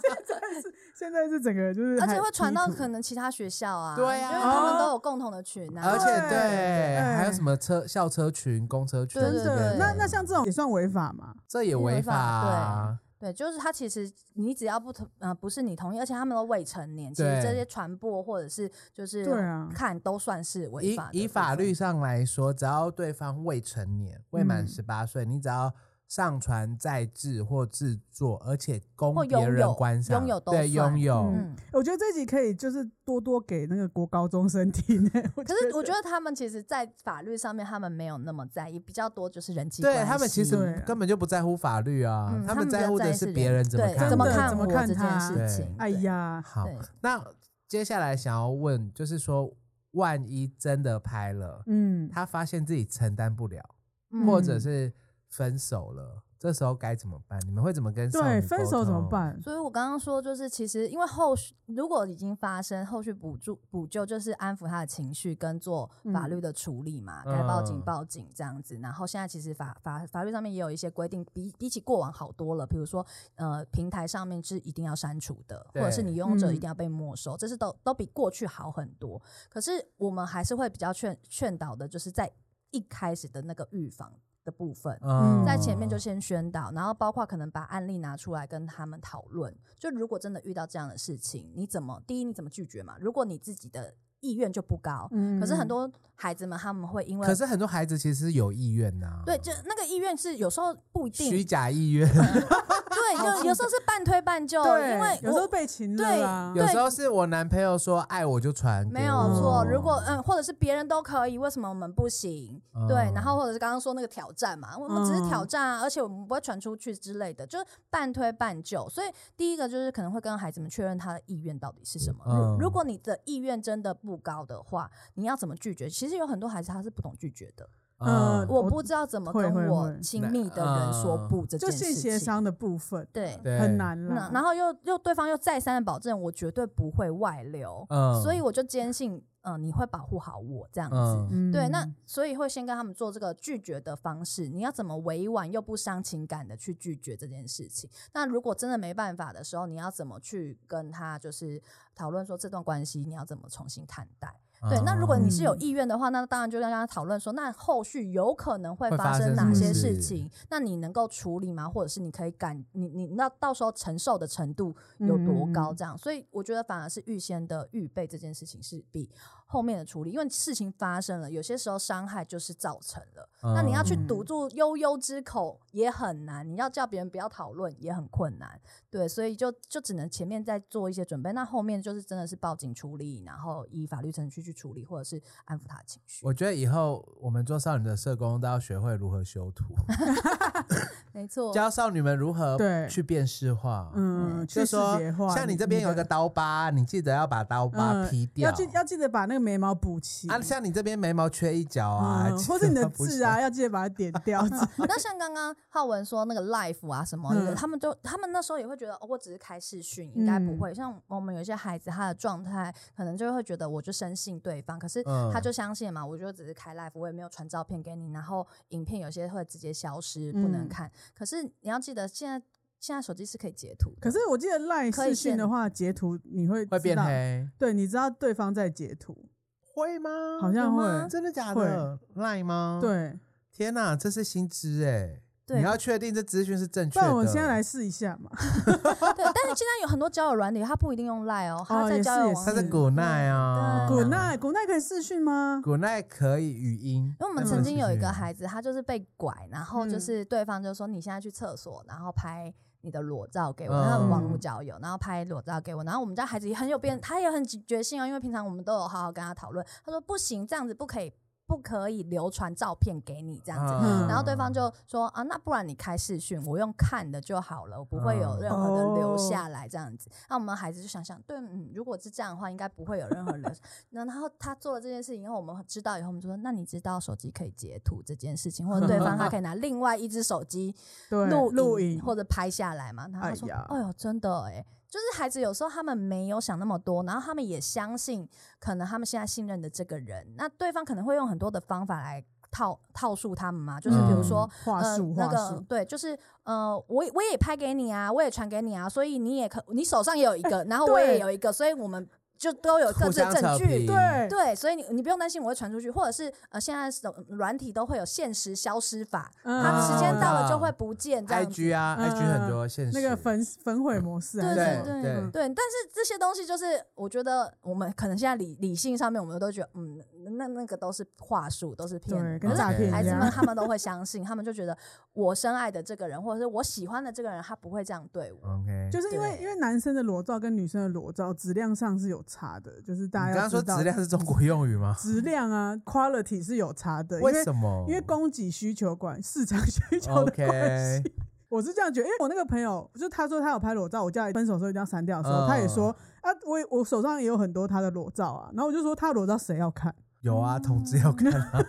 C: 现在是现在是整个就是
D: 而
C: 还
D: 且会传到
C: P 图
D: 可能其他学校啊，
A: 对啊
D: 因为他们都有共同的群啊，
A: 而且
C: 对
A: 对，还有
C: 对
A: 什么车校车群、公车群之
D: 对
A: 类，
D: 对
C: 真的，
D: 对
C: 那那像这种也算违法嘛？
A: 这也
D: 也
A: 违
D: 违
A: 法
D: 法对
A: 啊。
D: 对，就是他其实你只要不同，呃，不是你同意，而且他们都未成年，其
A: 对
D: 实这些传播或者是就是
C: 对啊
D: 看都算是违
A: 以
D: 法的
A: 以
D: 部
A: 法
D: 分
A: 律上来说，只要对方未成年、未满
C: 嗯
A: 十八岁，你只要上传、再制或制作，而且供
D: 或
A: 别
D: 拥
A: 人
D: 有
A: 观赏，
D: 拥有都
A: 对拥
D: 算
A: 有，
D: 嗯，
C: 我觉得这集可以就是多多给那个国高中生听、欸。
D: 可是我觉得他们其实，在法律上面他们没有那么在意，比较多就是人际关系。
A: 对他们其
C: 对
A: 实
C: 啊
A: 根本就不在乎法律啊，
D: 嗯，他
A: 们
D: 比较
A: 在乎的
D: 意
A: 是
D: 人
A: 别人怎么
D: 对
A: 看，
D: 怎么
C: 真的
D: 看
C: 怎
D: 我
C: 么看
D: 这件
C: 他
D: 事
A: 对
D: 情。
C: 哎
D: 对，
C: 呀，
A: 好
D: 对，
A: 那接下来想要问，就是说，万一真的拍了，
C: 嗯，
A: 他发现自己承担不了，
D: 嗯
A: 或者是分手了，这时候该怎么办？你们会怎么跟少
C: 对，
A: 女
C: 分
A: 沟
C: 手怎么
A: 通？
C: 办？
D: 所以我刚刚说，就是其实因为后续如果已经发生，后续补助补救就是安抚他的情绪跟做法律的处理嘛，
A: 嗯
D: 该报警
A: 嗯
D: 报警这样子。然后现在其实法法法律上面也有一些规定，比比起过往好多了。比如说呃，平台上面是一定要删除的，或
A: 对
D: 者是你拥有者
C: 嗯
D: 一定要被没收，这是都都比过去好很多。可是我们还是会比较劝劝导的，就是在一开始的那个预防的部分。
A: 嗯
D: 在前面
C: 哦
D: 就先宣导，然后包括可能把案例拿出来跟他们讨论。就如果真的遇到这样的事情，你怎么第一你怎么拒绝嘛？如果你自己的意愿就不高，
C: 嗯，
D: 可是很多孩子们他们会因为
A: 可是很多孩子其实有意愿呐、
D: 对，就那个意愿是有时候不一
A: 虚
D: 定，
A: 假意愿，
D: 对，有有时候是半推半就，
C: 对，
D: 因为
C: 有时候
D: 我。
C: 被情
D: 对
C: 了啦，
A: 有时候是我男朋友说爱我就传，
D: 没有错，如
C: 哦
D: 果嗯，或者是别人都可以，为什么我们不行？
A: 嗯
D: 对，然后或者是刚刚说那个挑战嘛，我们只是
C: 嗯
D: 挑战啊，而且我们不会传出去之类的，就是半推半就。所以第一个就是可能会跟孩子们确认他的意愿到底是什么。
A: 嗯
D: 如如果你的意愿真的不高的话，你要怎么拒绝？其实有很多孩子他是不懂拒绝的，
A: 嗯
C: 嗯
D: 我不知道怎么
C: 会
D: 跟
C: 会
D: 我
C: 会
D: 亲密的人说
A: 嗯
D: 不这
C: 就
D: 件
C: 性
D: 事
C: 协
D: 情。
C: 商的部分，
D: 对
A: 对
C: 很难
D: 那
C: 啦。
D: 然后又又对方又再三的保证，我绝对不会外流，
A: 嗯
D: 所以我就坚信，嗯、你会保护好我这样子。
A: 嗯
C: 嗯，
D: 对，那所以会先跟他们做这个拒绝的方式，你要怎么委婉又不伤情感的去拒绝这件事情？那如果真的没办法的时候，你要怎么去跟他就是讨论说这段关系你要怎么重新看待？对，那如果你是有
A: 哦
C: 嗯
D: 意愿的话，那当然就跟他讨论说，那后续有可能会
A: 会
D: 发
A: 发生
D: 生哪
A: 什
D: 些
A: 么
D: 事
A: 事
D: 情，那你能够处理吗？或者是你可以感你你那到时候承受的程度有多高？
C: 嗯
D: 这样，所以我觉得反而是预先的预备这件事情是比后面的处理，因为事情发生了，有些时候伤害就是造成了，那你要去
A: 嗯
D: 堵住悠悠之口也很难，你要叫别人不要讨论也很困难，对，所以就就只能前面再做一些准备，那后面就是真的是报警处理，然后以法律程序去处理，或者是安抚他的情绪。
A: 我觉得以后我们做少女的社工都要学会如何修 图，
D: 没错，
A: 教少女们如何
C: 对
A: 去辨识化。
C: 嗯，
A: 就
C: 去视
A: 说
C: 觉化
A: 像你这边有一个
C: 的
A: 刀疤，你记得要把刀疤
C: 嗯
A: 劈掉。
C: 要记要记得把那个眉毛补齐
A: 啊，像你这边眉毛缺一角啊，
C: 嗯
A: 记
C: 或者你的
A: 得补
C: 痣
A: 上
C: 啊，，要记得把它点 掉。
D: 那像刚刚浩文说那个 life 啊什么的，
C: 嗯
D: 他们就他们那时候也会觉得，哦，我只是开视讯，应该不
C: 嗯
D: 会。像我们有一些孩子，他的状态可能就会觉得，我就深信对方，可是
A: 嗯
D: 他就相信嘛，我就只是开 life，我也没有传照片给你，然后影片有些会直接消失，不能
C: 嗯
D: 看。可是你要记得，现在现在手机是可以截图的，
C: 可是我记得赖
D: 可以
C: 视讯
D: 限
C: 的话，截图你会
A: 会
C: 知
A: 变
C: 道，
A: 黑，
C: 对，你知道对方在截图，
A: 会吗？
C: 好像会，
A: 真的假
C: 会
A: 的？赖吗？，
D: 嗯
C: 对。
A: 天哪，这是新知哎！
D: 对
A: 你要确定这资讯是正确
C: 不
A: 的。
C: 然我现在来试一下嘛。
D: 对，但是现在有很多交友软体，它不一定用 line 哦，它
C: 哦
D: 在
C: 也
D: 交
C: 是
D: 友
C: 也
D: 网
A: 它是
D: 站
A: 古奈啊，
D: 对
C: 古奈，古奈可以视讯吗？
A: 古奈可以语音，
D: 因为我们
A: 但
D: 曾
A: 嗯是
D: 经有一个
A: 视讯
D: 孩子，他就是被拐，然后就
C: 嗯
D: 是对方就说你现在去厕所，然后拍你的裸照给我，
A: 嗯
D: 他们网络交友，然后拍裸照给我，然后我们家孩子也很有变，他也很决心啊，因为平常我们都有好好跟他讨论，他说不行，这样子不可以，不可以流传照片给你这样子。
A: 嗯
D: 然后对方就说啊，那不然你开视讯，我用看的就好了，我不会有任何的留下来这样子。那、我们孩子就想想，对，嗯，如果是这样的话，应该不会有任何留下。那然后他做了这件事情以后，我们知道以后，我们就说，那你知道手机可以截图这件事情，或者对方他可以拿另外一只手机
C: 对，
D: 录
C: 录
D: 影
C: 影
D: 或者拍下来嘛？然后他说，
C: 哎呀
D: 哎呦，真的哎、就是孩子有时候他们没有想那么多，然后他们也相信，可能他们现在信任的这个人，那对方可能会用很多的方法来套套数他们嘛，就是比如说。
C: 嗯话术，
D: 呃、那
C: 话
D: 个
C: 术，
D: 对，就是呃，我也我也拍给你啊，我也传给你啊，所以你也可，你手上也有一个，然后我也
C: 对
D: 有一个，所以我们就都有各
A: 互
D: 自的
A: 相
D: 证
A: 扯
D: 据
A: 皮，
C: 对
D: 对，所以你你不用担心我会传出去，或者是呃，现在手软体都会有限时消失法，
C: 嗯
D: 它时间到了就
A: 啊
D: 会不见这样子。
A: ，IG 啊
C: 嗯
A: ，IG 很多现实
C: 那个焚焚毁模式还
D: 对
C: 是什
D: 对
C: 么？
A: 对
D: 对
A: 对
D: 对，但是这些东西就是，我觉得我们可能现在理理性上面，我们都觉得，嗯，那那个都是话术，都是骗
C: 对，
D: 人。
C: 跟
D: 可是
C: 诈骗
D: 孩
C: 一
D: 子 们
C: 样。
D: 他们都会相信，他们就觉得我深爱的这个人，或者是我喜欢的这个人，他不会这样对我。
A: OK。
C: 就是因为
D: 对
C: 因为男生的裸照跟女生的裸照质量上是有差的，就是大
A: 你刚
C: 家要
A: 刚说
C: 知道
A: 质量是中国用语吗？
C: 质量啊，quality 是有差的，因
A: 为什
C: 么？
A: 么？
C: 因为供给需求管市场需 求的关
A: OK
C: 系。我是这样觉得，因为我那个朋友，就他说他有拍裸照，我叫他分手的时候一定要删掉的时候，
A: 嗯
C: 他也说啊，我也我手上也有很多他的裸照啊，然后我就说他的裸照谁要看？
A: 有啊，统治要看啊，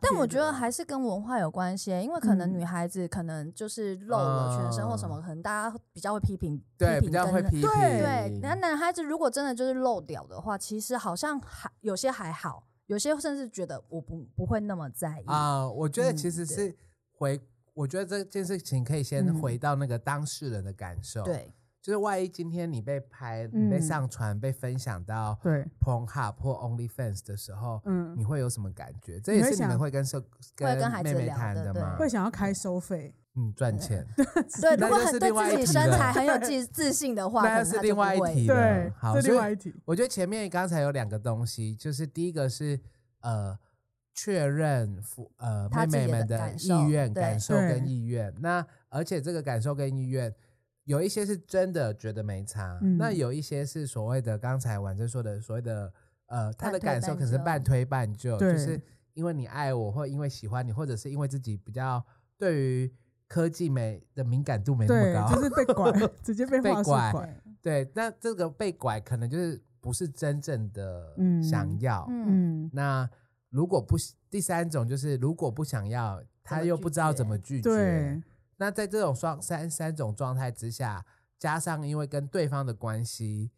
D: 但我
A: 嗯
D: 觉得还是跟文化有关系，因为可能
C: 嗯
D: 女孩子可能就是露了全身或什么，可能大家比较会批评，
A: 嗯对，比
D: 批评
A: 较
D: 跟
A: 会批评。
C: 对
D: 对，那男孩子如果真的就是漏掉的话，其实好像还有些还好，有些甚至觉得我不不会那么在意。
A: 啊，我觉得
D: 嗯
A: 其实
D: 对
A: 是回，我觉得这件事情可以先
C: 嗯
A: 回到那个当事人的感受。，
D: 对，
A: 就是万一今天你被拍、你被
C: 嗯
A: 上传、被分享到
C: 对，
A: Pornhub 或 OnlyFans 的时候，
C: 嗯
A: 你，会有什么感觉？这
C: 你
A: 也
C: 会
A: 是你们
C: 想
A: 会跟社
D: 会跟孩
A: 妹
D: 子
A: 妹
D: 聊
A: 谈
D: 的对
A: 吗？
C: 会想要开收费，
A: 嗯，赚钱，
D: 对，
A: 那
D: 如果
A: 就
D: 很
A: 是
D: 对
A: 另外
D: 自
A: 一
D: 己
A: 题
D: 身
A: 了
D: 材 很有自自信的话，可
A: 那
D: 能他
A: 是
D: 就
A: 另
D: 不
A: 外一
D: 会
A: 题了
C: 对。，
A: 好，
C: 这
A: 所
C: 另
A: 以
C: 外一题，
A: 我觉得前面刚才有两个东西，就是第一个是呃确认父呃
D: 他
A: 妹
D: 自己
A: 妹们
D: 的
A: 的
D: 感
A: 意
D: 受
A: 愿、
D: 对
A: 感受跟
C: 对
A: 意愿。那而且这个感受跟意愿，有一些是真的觉得没差，
C: 嗯
A: 那有一些是所谓的刚才婉珍说的所谓的呃他
D: 半
A: 的
D: 推
A: 感受
D: 半
A: 可是
D: 就
A: 半推半就，就
C: 对
A: 是因为你爱我，或因为喜欢你，或者是因为自己比较对于科技美的敏感度没那么
C: 对，
A: 高，
C: 就是被拐， 直接被
A: 被
C: 话术
A: 拐
C: 拐，
A: 对，那这个被拐可能就是不是真正的
C: 嗯
A: 想要。
D: 嗯，
C: 嗯，
A: 那如果不第三种就是如果不想要，他又不知道怎么拒绝。
C: 对，
A: 那在这种双三三种状态之下，加上因为跟对方的关系，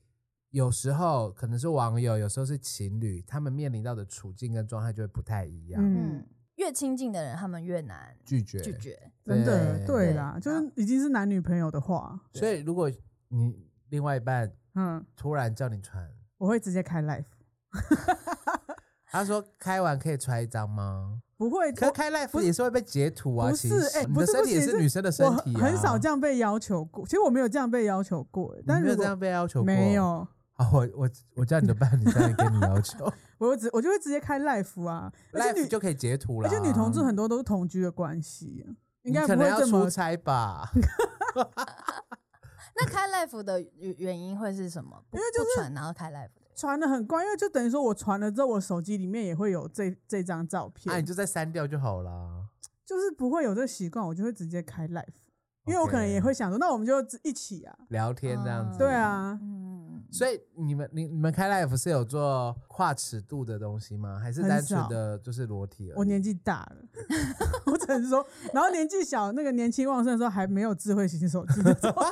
A: 有时候可能是网友，有时候是情侣，他们面临到的处境跟状态就会不太一样。
C: 嗯
D: 嗯，，越亲近的人，他们越难
A: 拒绝，
D: 拒。绝。
C: 真的，
A: 对
C: 对啦，就是已经是男女朋友的话，
A: 所以如果你另外一半
C: 嗯，
A: 突然叫你传，
C: 我会直接开 live，
A: 他说开完可以穿一张吗？
C: 不会，
A: 可是开 live 也是会被截图啊，
C: 不
A: 其
C: 是
A: 实
C: 哎
A: 你
C: 不
A: 的
C: 是
A: 身
C: 不
A: 体也
C: 行
A: 是
C: 是
A: 女生的身
C: 我
A: 体啊，
C: 很少这样被要求过。其实我没有这样被要求过，欸
A: 你
C: 但
A: 没有这
C: 如果
A: 样被要求过，
C: 没有，
A: 啊，我我我叫你的伴侣再来跟你要 求
C: 我只我就会直接开 life 啊，而且
A: ，live
C: 女
A: 就可以截图了。
C: 而且女同志很多都是同居的关系、啊，
A: 你
C: 应该
A: 可
C: 不
A: 能
C: 会
A: 要
C: 这么
A: 出差 吧？
D: 那开 live 的原原因会是什么？因为就是传，然后开 live 的。
C: 传的很怪，因为就等于说我传了之后，我手机里面也会有这这张照片，
A: 啊，你就再删掉就好啦。
C: 就是不会有这个习惯，我就会直接开 life，因为我可能
A: OK
C: 也会想说，那我们就一起啊，
A: 聊天这样子。
C: 对啊，
D: 嗯，
A: 所以你们你你们开 live 是有做跨尺度的东西吗？还是单纯的就是裸体而已？
C: 我年纪大了，我只能说，然后年纪小，那个年轻旺盛的时候还没有智慧型手机那种，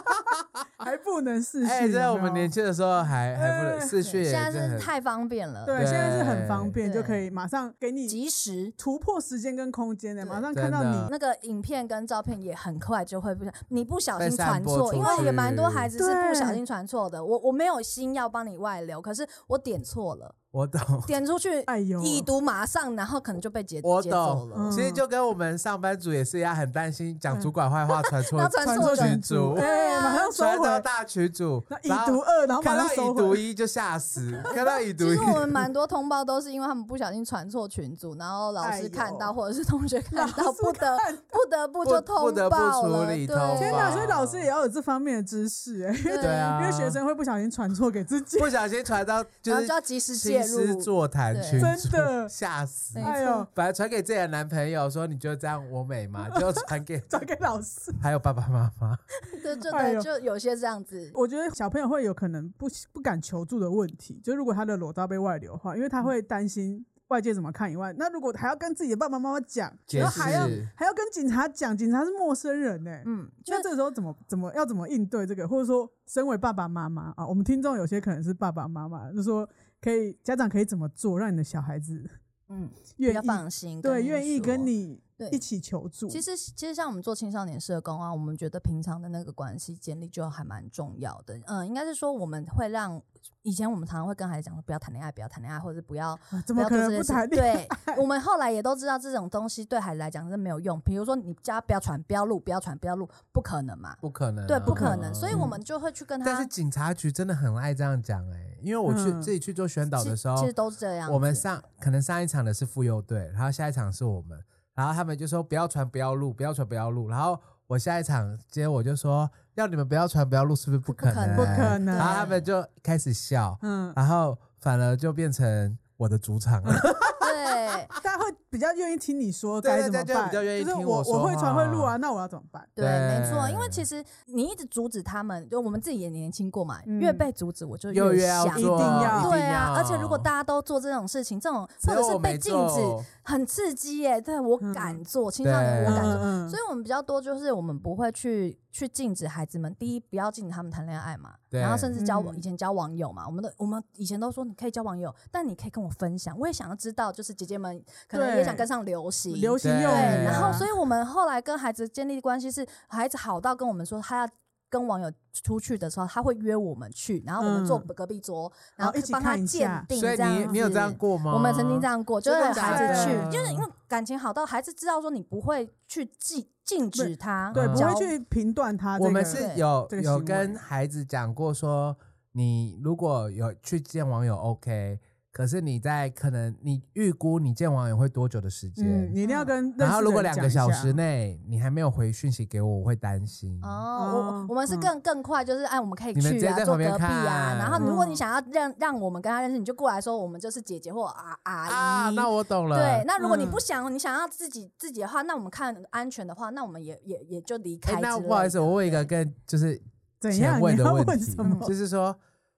C: 还不能视讯。
A: 哎、
C: 有没
A: 在
C: 有
A: 我们年轻的时候还还不能
C: 哎
A: 视讯，
D: 现在是
A: 很
D: 太方便了，
C: 对，
A: 对
C: 现在是很方便，
D: 对
C: 就可以马上给你
D: 及时。
C: 突破时间跟空间的，欸
D: 对
C: 马上看到
A: 真的
C: 你。
D: 那个影片跟照片也很快就会不小，你不小心
A: 被散
D: 传
A: 播
D: 错，
A: 出
D: 因为也蛮多
A: 去
D: 孩子是不小
C: 对
D: 心传错的。我我没有心要帮你外流，可是我点错了，
A: 我懂。
D: 点出去，
C: 哎呦
D: 已读马上，然后可能就被截
A: 我
D: 截走
A: 懂，
D: 了。
A: 其实就跟我们上班族也是一样，很担心讲主管坏话 传错
D: 嗯要传
C: 错
A: 群
D: 群
A: 主，
C: 哎、
D: 啊
C: 马上收
A: 传到
C: 回。
A: 大群主，
C: 那
A: 然
C: 已
A: 后
C: 读二，然后马
A: 看
C: 上
A: 到
C: 收
A: 已读
C: 回。
A: 一就吓死，看到已读
D: 其
A: 一
D: 实 我们蛮多通报都是因为他们不小心传错群组，然后老
C: 哎
D: 师
C: 呦
D: 看到或者是同学看
C: 老
D: 到，
C: 师
D: 不得
C: 看
D: 不得不
A: 不
D: 就
A: 不
D: 通
A: 得不
D: 报
A: 处
D: 了。
A: 理
D: 对，
A: 通报
C: 天哪，所以老师也要有这方面的知识、哎，因为
A: 对啊，
C: 因为学生会不小心传错给自己。
A: 不小心传到
D: 然
A: 就
D: 后
A: 是
D: 就要及时
A: 亲
D: 介
A: 师
D: 入。
A: 座谈群
C: 对
A: 主
C: 真的
A: 吓死
D: 没。
C: 哎呦，
A: 本来传给自己的男朋友说你就这样我美嘛， 就传给
C: 转给老师。
A: 还有爸爸妈妈，
D: 对，就
C: 哎
D: 对，
C: 呦
D: 就有些这样子。
C: 我觉得小朋友会有可能不不敢求助的问题，就如果他的裸照被外流的话，因
D: 嗯
C: 为他会担心外界怎么看以外，那如果还要跟自己的爸爸妈妈讲，
A: 解
C: 然后还要
A: 释
C: 还要跟警察讲，警察是陌生人呢、
D: 嗯，就
C: 那这个时候怎么怎么要怎么应对这个，或者说身为爸爸妈妈啊，我们听众有些可能是爸爸妈妈，就说可以家长可以怎么做，让你的小孩子
D: 嗯，比
C: 愿
D: 较
C: 意
D: 放心，
C: 对
D: 你
C: 愿意
D: 说
C: 跟你
D: 对
C: 一起求助。
D: 其实，其实像我们做青少年社工啊，我们觉得平常的那个关系建立就还蛮重要的。嗯，应该是说我们会让以前我们常常会跟孩子讲说不要谈恋爱，不要谈恋爱，或者不要
C: 啊怎
D: 不
C: 么
D: 要
C: 可
D: 做这
C: 能
D: 件
C: 不
D: 事。
C: 谈恋
D: 对，我们后来也都知道这种东西对孩子来讲是没有用。比如说你家不要传，不要录，不要传，不要录，不可能嘛。
A: 不可能啊，
D: 对，不可能，所以我
A: 嗯
D: 们就会去跟
A: 但
D: 他
A: 是，警察局真的很爱这样讲哎，因为我去
C: 嗯
A: 自己去做宣导
D: 其
A: 的时候
D: 其，实都是这样子。
A: 我们上可能上一场的是妇幼队，然后下一场是我们，然后他们就说不要传，不要录，不要传，不要录。然后我下一场接我就说要你们不要传，不要录，是不是不可能？
D: 不
C: 可能
A: 然后他们就开始笑，
C: 嗯，
A: 然后反而就变成我的主场了。
D: 对
C: 大家会比较愿意听你说
A: 对
C: 该
A: 对
C: 怎么
A: 对就
C: 办，
A: 比较愿意
C: 就是
A: 听
C: 我
A: 我说
C: 会传
A: 话
C: 会录啊，那我要怎么办？
D: 对，没错，
A: 对
D: 因为其实你一直阻止他们，就我们自己也年轻过嘛，
C: 嗯
D: 越被阻止我就
A: 又越要
D: 想，
A: 做，
C: 一定要
A: 一
D: 对啊
A: 要，
D: 而且如果大家都做这种事情，这种
A: 只
D: 或
A: 有
D: 者
A: 我
D: 是
A: 没
D: 被禁止，
A: 做，
D: 很刺激耶、对我
C: 嗯
D: 敢做，青少年
A: 对
D: 我敢做。
C: 嗯
D: 所以我们比较多就是我们不会去去禁止孩子们，第一不要禁止他们谈恋爱嘛，
A: 对
D: 然后甚至交往
C: 嗯
D: 以前交网友嘛，我们的我们以前都说你可以交网友，但你可以跟我分享，我也想要知道，就是姐姐们可能也
C: 对
D: 想跟上流行，
C: 流行
A: 对
C: 用语啊，
D: 对，然后所
C: 以
D: 以我们后来跟孩子建立关系是，孩子好到跟我们说他要。跟网友出去的时候，他会约我们去，然后我们坐
C: 嗯
D: 隔壁桌，然后
C: 一起
D: 帮他
C: 看一
D: 鉴
C: 下
D: 定。
A: 所以
D: 这样
A: 你你有
D: 子
A: 这样过吗？
D: 我们曾经这样过，就是
A: 真的假
D: 孩子去
A: 的，
D: 就是因为感情好到孩子知道说你不会去禁禁止他，
C: 对
A: 嗯
C: 不
D: 交
C: 会去评断啊他这个，
A: 我们是
D: 对
A: 有
C: 这个
A: 有
C: 行为
A: 跟孩子讲过说，你如果有去见网友 OK，可是你在可能你预估你见网友会多久的时间，
C: 嗯，你一定要跟认识的人
A: 然后如果两
C: 讲
A: 个
C: 一下
A: 小时内你还没有回讯息给我，我会担心。
D: 哦，
C: 哦
D: 我我们是
C: 嗯
D: 更更快，就是哎，我们可以
A: 你们直
D: 去
A: 接
D: 啊，
A: 在
D: 坐
A: 旁边
D: 隔壁啊。
A: 看
D: 然后如果你
C: 嗯
D: 想要让让我们跟他认识，你就过来说我们就是姐姐或啊
A: 啊
D: 阿，姨。
A: 那我懂了。
D: 对，那如果你
C: 嗯
D: 不想，你想要自己自己的话，那我们看安全的话，那我们也也也就离
A: 诶
D: 开。
A: 哎那不好意思，，我问一个更就是
C: 怎
A: 前
C: 样？
A: 卫
C: 你
A: 的
C: 要
A: 问
C: 问
A: 题
C: 什么，？
A: 就是说，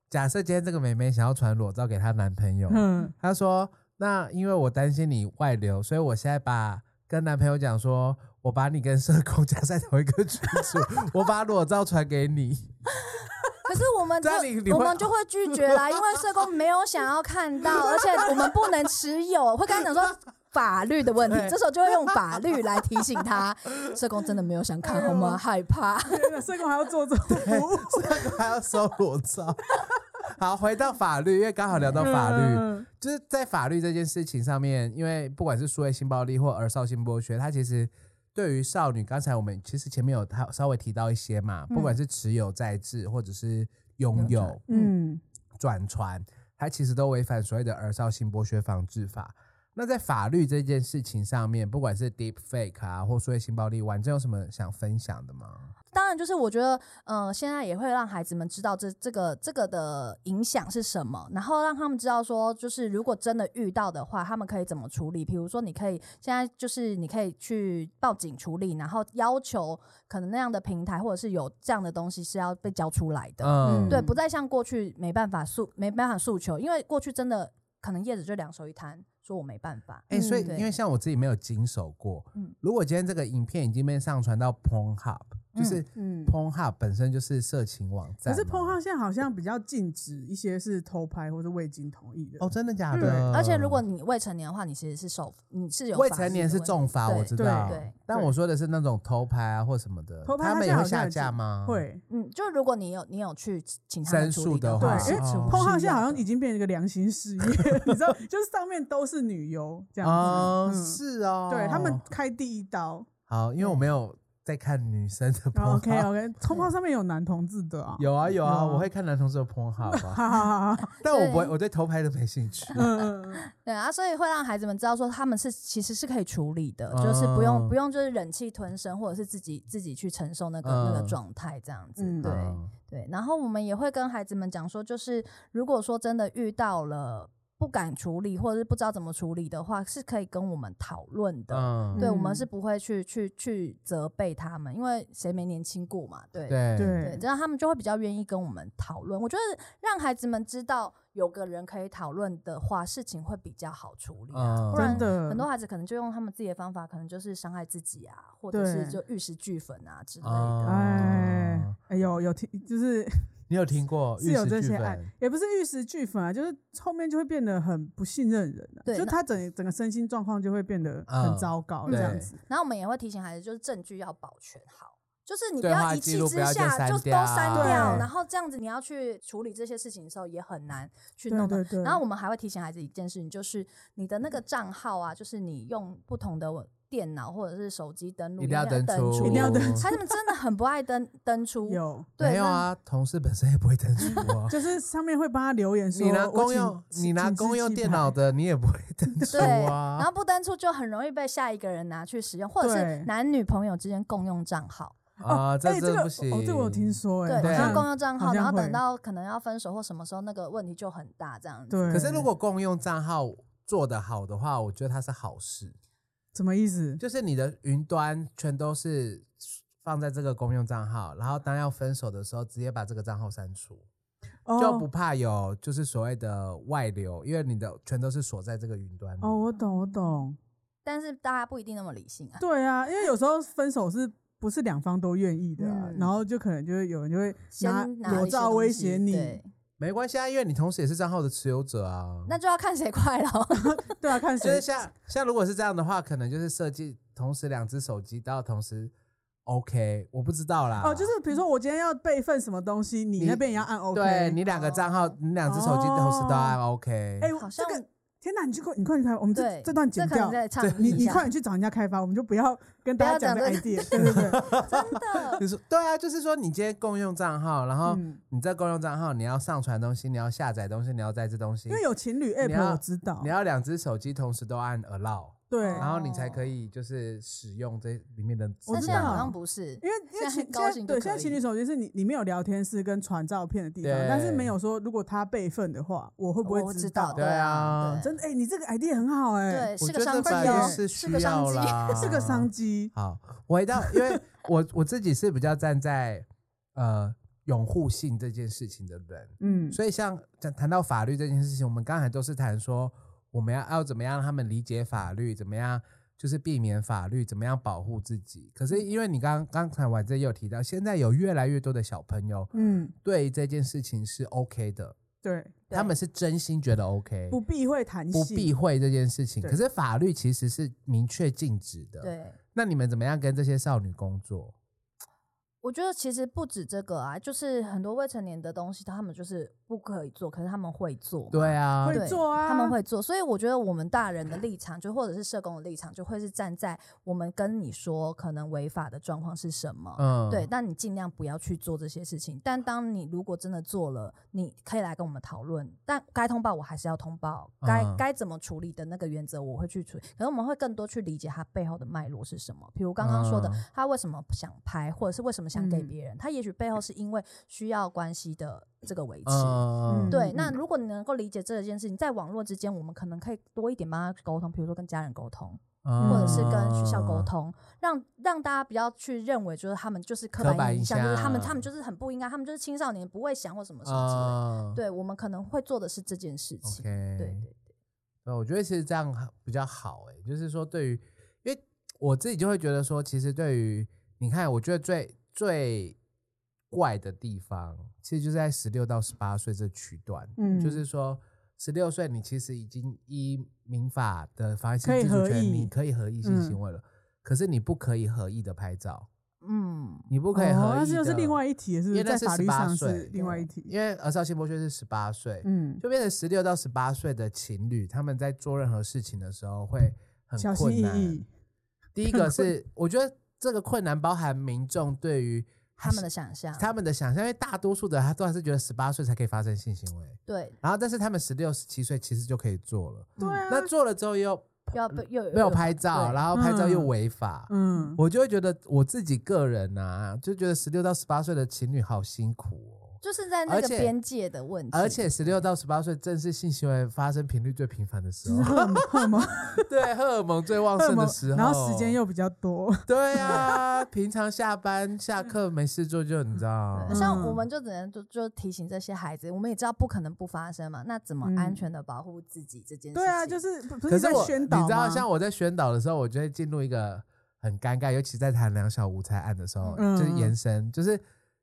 A: 假设今天这个妹妹想要传裸照给她男朋 友，
C: 嗯，
A: 她说：“那因为我担心你外流，所以我现在把跟男朋友讲说，我把你跟社工 加在同一个群组，我把裸照传给你。
D: 可是我 们
A: 这
D: 就
A: 样你你
D: 我
A: 会
D: 们就会拒绝啦，因为社工没有想要看到，而且我们不能持有，会跟他 讲说。法律的问题，这时候就会用法律来提醒他，社工真的没有想看，我
A: 哎
D: 们害怕。
C: 天哪，社工还要做这种服务，
A: 这个还要收裸照。”好，回到法律，因为刚好聊到法律，
C: 嗯，
A: 就是在法律这件事情上面，因为不管是数位性暴力或儿少性剥削，它其实对于少女，刚才我们其实前面有它稍微提到一些嘛，不管是持有在制或者是拥
D: 有
A: 有
C: 嗯，
A: 转传，它其实都违反所谓的儿少性剥削防治法。那在法律这件事情上面，不管是 deep fake 啊，或数位性暴力，婉珍有什么想分享的吗？
D: 当然，就是我觉得，呃，现在也会让孩子们知道这这个这个的影响是什么，然后让他们知道说，就是如果真的遇到的话，他们可以怎么处理。比如说，你可以现在就是你可以去报警处理，然后要求可能那样的平台或者是有这样的东西是要被交出来的。
A: 嗯，
D: 对，不再像过去没办法诉没办法诉求，因为过去真的可能叶子就两手一摊，说我没办法。
A: 哎、所以
D: 嗯对
A: 因为像我自己没有经手过，
D: 嗯
A: 如果今天这个影片已经被上传到 Pornhub，就是
C: 嗯
A: Pornhub 本身就是色情网
C: 可
A: 站嘛，
C: 是 p o 现在好像比较禁止一些是偷拍或者未经同意的。
A: 哦，真的假
D: 嗯
A: 的？
D: 而且如果你未成年的话，你其实是受你是有
A: 未
D: 法律
A: 成年
D: 的
A: 是
D: 问
A: 重
D: 题
A: 罚，我
D: 对
A: 知道
D: 对对，
A: 但我说的是那种偷拍啊或什么的，
C: 偷拍
A: 他
C: 它
A: 们
C: 现
A: 也
C: 在
A: 会
C: 好像
A: 下
C: 有
A: 架
C: 禁
A: 吗？，
C: 会，
D: 嗯，就是如果你有你有去请他们
A: 申
D: 处理
A: 诉的
D: 话，
A: 话
D: 是
C: 对
D: 啊
C: 因为
D: 处
A: 哦
D: 理
C: p
D: 的
C: o 现在好像已经变成一个良心事业， 你知道，就是上面都是女优这样
A: 哦，
C: 子。嗯
A: 是哦，
C: 对他们开第一刀。
A: 好，因为我没有在看女生的 p o
C: 哦 OK OK，通话上面有男同志的啊。
A: 啊有啊有啊，
C: 有啊
A: 我会看男同志的 p o 吧，
C: 哈哈哈哈。
A: 但我不会，
D: 对
A: 我对偷拍的没兴趣。
C: 嗯嗯嗯
D: 对啊，所以会让孩子们知道说他们是其实是可以处理的，就是不用
A: 哦
D: 不用就是忍气吞声，或者是自己自己去承受那个、那
A: 嗯
D: 个状态这样子。
C: 嗯
D: 对、
A: 嗯
D: 对，然后我们也会跟孩子们讲说，就是如果说真的遇到了不敢处理，或者是不知道怎么处理的话，是可以跟我们讨论的。
A: 嗯，
D: 对，我们
C: 嗯
D: 是不会去去去责备他们，因为谁没年轻过嘛？对
A: 对
D: 对，
C: 对
D: 这样他们就会比较愿意跟我们讨论。我觉得让孩子们知道有个人可以讨论的话，事情会比较好处理
A: 嗯
D: 啊、不然
C: 真的
D: 很多孩子可能就用他们自己的方法，可能就是伤害自己啊，或者是
C: 对
D: 就玉石俱焚啊之类
A: 哦
D: 的。
C: 哎哎有有听，就是
A: 你有听过 哦
C: 是
A: 玉
C: 有
A: 石
C: 这
A: 俱
C: 些爱
A: 焚？，
C: 也不是玉石俱焚啊，就是后面就会变得很不信任人、啊，
D: 对
C: 就
D: 那
C: 他整整个身心状况就会变得
A: 嗯
C: 很糟糕这样子。
D: 然后我们也会提醒孩子，就是证据要保全好，就是你不
A: 对话
D: 要一
A: 记
D: 气
A: 录
D: 之
A: 不要就
D: 下
A: 删
D: 就都
A: 掉啊
D: 删
C: 对
D: 掉，然后这样子你要去处理这些事情的时候也很难去
C: 对
D: 弄
C: 对
D: 的。
C: 对。
D: 然后我们还会提醒孩子一件事情，就是你的那个账号啊，就是你用不同的电脑或者是手机登录，
A: 一定要
D: 登
A: 登出，
C: 一定要登 出
D: 孩子们真的很不爱登登出，
C: 有，
D: 对
A: 没有啊，同事本身也不会登出啊。
C: 就是上面会帮他留言说，
A: 你拿
C: 我
A: 公
C: 请
A: 用，
C: 请
A: 你拿
C: 请
A: 公
C: 吃
A: 用
C: 鸡
A: 电
C: 排
A: 脑的，你也不会登出
D: 对，然
A: 啊
D: 后。不登出就很容易被下一个人拿去使用，或者
C: 对
D: 是男女朋友之间共用账号，
A: 啊，
C: 哎、
A: 这
C: 这个
A: 不行。
C: 哦，这个我有听说、哎，
D: 对，
A: 对
C: 好
D: 然后
C: 像
D: 共用账
C: 好
D: 号，
C: 像
D: 然后
C: 会
D: 等到可能要分手或什么时候，那个问题就很大，这样子。
C: 对。
A: 可是如果公用账号做得好的话，我觉得它是好事，
C: 什么意思？
A: 就是你的云端全都是放在这个公用账号，然后当要分手的时候，直接把这个账号删除，就不
C: 哦
A: 怕有就是所谓的外流，因为你的全都是锁在这个云端里。
C: 哦，我懂我懂，
D: 但是大家不一定那么理性啊，
C: 对啊，因为有时候分手是。不是两方都愿意的啊、
D: 嗯
C: 然后就可能就会有人就会啊拿
D: 先拿
C: 裸
D: 一些
C: 照
D: 东
C: 威
D: 西
C: 胁你，
D: 对
A: 没关系啊，因为你同时也是账号的持有者啊。
D: 那就要看谁快了。
C: 对啊，看
A: 就
C: 谁
A: 是像像如果是这样的话，可能就是设计同时两只手机都要同时 OK，我不知道啦。
C: 哦，就是比如说我今天要备份什么东西，你
A: 你
C: 那边也要按 OK。哦
A: 对你两个账号，你两只手机同时都按 OK。
C: 哎，
D: 好
C: 这
D: 像
C: 个天哪，你去快，你快点开，我们 这
D: 对，
C: 这段
D: 这
C: 剪
D: 可能
C: 掉。
D: 再唱一下。
C: 你你快点去找人家开发，我们就不要跟大家讲
D: 不要
C: 这个
D: 讲
C: idea，对 对对，
D: 真的
A: 你说对啊，就是说你今天共用账号，然后
C: 嗯
A: 你在共用账号，你要上传东西，你要下载东西，你要载这东西
C: 因，为有情侣
A: 你要
C: app 我知道
A: 你，要哦两只手机同时都按 Allow，
C: 对，
A: 然后你才可以就是使用这里面的。
C: 哦我
D: 但
C: 知
D: 现在好
C: 道
D: 像不是
C: 因，为因为
D: 现在
C: 情现
D: 很高
C: 在
D: 兴就
C: 对
D: 可
C: 现在情侣
D: 以
C: 手机是你里面有聊天室跟传照片的地方，
A: 对
C: 但是没有说如果他备份的话，我会不
D: 我
C: 知
D: 知道
A: 对
D: 对
A: 啊
D: 啊，
C: 真的，哎，你这个 idea 很好哎，
D: 对，
A: 我
D: 是
A: 觉
D: 个
A: 得
D: 商
A: 这
D: 机
A: 本来就
D: 哦，
A: 需
D: 是个商
A: 要
D: 机。
A: 啦，
C: 是个商机，
A: 好，我回到，因为我我自己是比较站在呃拥护性这件事情的人，
C: 嗯，
A: 所以像讲谈到法律这件事情，我们刚才都是谈说我们要要怎么样让他们理解法律，怎么样就是避免法律，怎么样保护自己。可是因为你刚刚才婉珍也有提到，现在有越来越多的小朋友
C: 嗯，
A: 对于这件事情是 OK 的，
C: 对，
D: 对
A: 他们是真心觉得 OK，
C: 不避讳谈
A: 不
C: 性，
A: 避讳这件事情。
C: 对
A: 可是法律其实是明确禁止的，
D: 对，
A: 那你们怎么样跟这些少女工作？
D: 我觉得其实不止这个啊，就是很多未成年的东西，他们就是不可以做，可是他们会做嘛。
A: 对啊，
C: 会
D: 对
C: 做啊
D: 他们会做，所以我觉得我们大人的立场，就或者是社工的立场，就会是站在我们跟你说可能违法的状况是什么，
A: 嗯，
D: 对，但你尽量不要去做这些事情。但当你如果真的做了，你可以来跟我们讨论。但该通报我还是要通报，该
A: 嗯
D: 该怎么处理的那个原则我会去处理。可是我们会更多去理解它背后的脉络是什么，比如刚刚说的
A: 嗯，
D: 他为什么想拍，或者是为什么想给
C: 嗯
D: 别人，他也许背后是因为需要关系的这个维持。
A: 嗯，嗯，
D: 对，
C: 嗯
D: 那
C: 嗯
D: 如果你能够理解这件事情，在网络之间，我们可能可以多一点帮他沟通，比如说跟家人沟通，
A: 嗯
D: 或者是跟学校沟
A: 嗯
D: 通，让让大家不要去认为就是他们就是刻
A: 刻
D: 板
A: 板
D: 印
A: 印
D: 象，就是他们
A: 象
D: 他们就是很不应该，他们就是青少年不会想或什么什么之类的。
A: 啊，
D: 对我们可能会做的是这件事
A: ，OK，
D: 情。对对
A: 对，我觉得其实这样很比较好诶、就是说对于，因为我自己就会觉得说，其实对于你看，我觉得最最怪的地方，其实就是在十六到十八岁这区段，
C: 嗯
A: 就是说十六岁你其实已经依民法的法律
C: 可以
A: 性自主
C: 合
A: 权，
C: 意
A: 你可以合意性
C: 嗯
A: 行为了，可是你不可以合意的拍照，
D: 嗯，
A: 你不可以合意的，
C: 哦，那这就是另外一题，是不
A: 因为
C: 是？
A: 那
C: 在
A: 是
C: 法律
A: 18
C: 上
A: 岁
C: 是另外一题。
A: 因为儿少性剥削是十八岁，
C: 嗯，
A: 就变成十六到十八岁的情侣，他们在做任何事情的时候会很
C: 小心
A: 困
C: 翼
A: 难。
C: 翼。
A: 第一 个是，我觉得这个困难包含民众对于
D: 他们的想象，
A: 他们的想象，因为大多数的他都还是觉得十八岁才可以发生性行为，
D: 对，
A: 然后但是他们十六、十七岁其实就可以做了。
C: 对啊，
A: 嗯
C: 呃
A: 那做了之后又
D: 要被又
A: 没有拍照，
D: 对
A: 然后拍照又
C: 嗯
A: 违法，
C: 嗯，
A: 我就会觉得我自己个人啊，就觉得十六到十八岁的情侣好辛苦哦。
D: 就是在那
A: 而
D: 个
A: 且
D: 边界的问题。
A: 而且十六到十八岁正是性行为发生频率最频繁的 时 候，
C: 荷尔蒙荷尔蒙
A: 对，荷尔蒙最旺
C: 荷尔
A: 盛的
C: 蒙
A: 时候，
C: 然后时间又比较多。
A: 对啊，平常下班下课没事做就你知道，
D: 对像我
C: 嗯
D: 们就只能就就提醒这些孩子，我们也知道不可能不发生嘛，那怎么安
C: 嗯
D: 全的保护自己这件事情？
C: 对啊，就是不不
A: 可
C: 是
A: 是
C: 在
A: 我
C: 宣导
A: 你知道，
C: 吗
A: 像我在宣导的时候，我就会进入一个很尴尬，尤其在谈两小无猜案的时候，
C: 嗯
A: 就是延伸，就是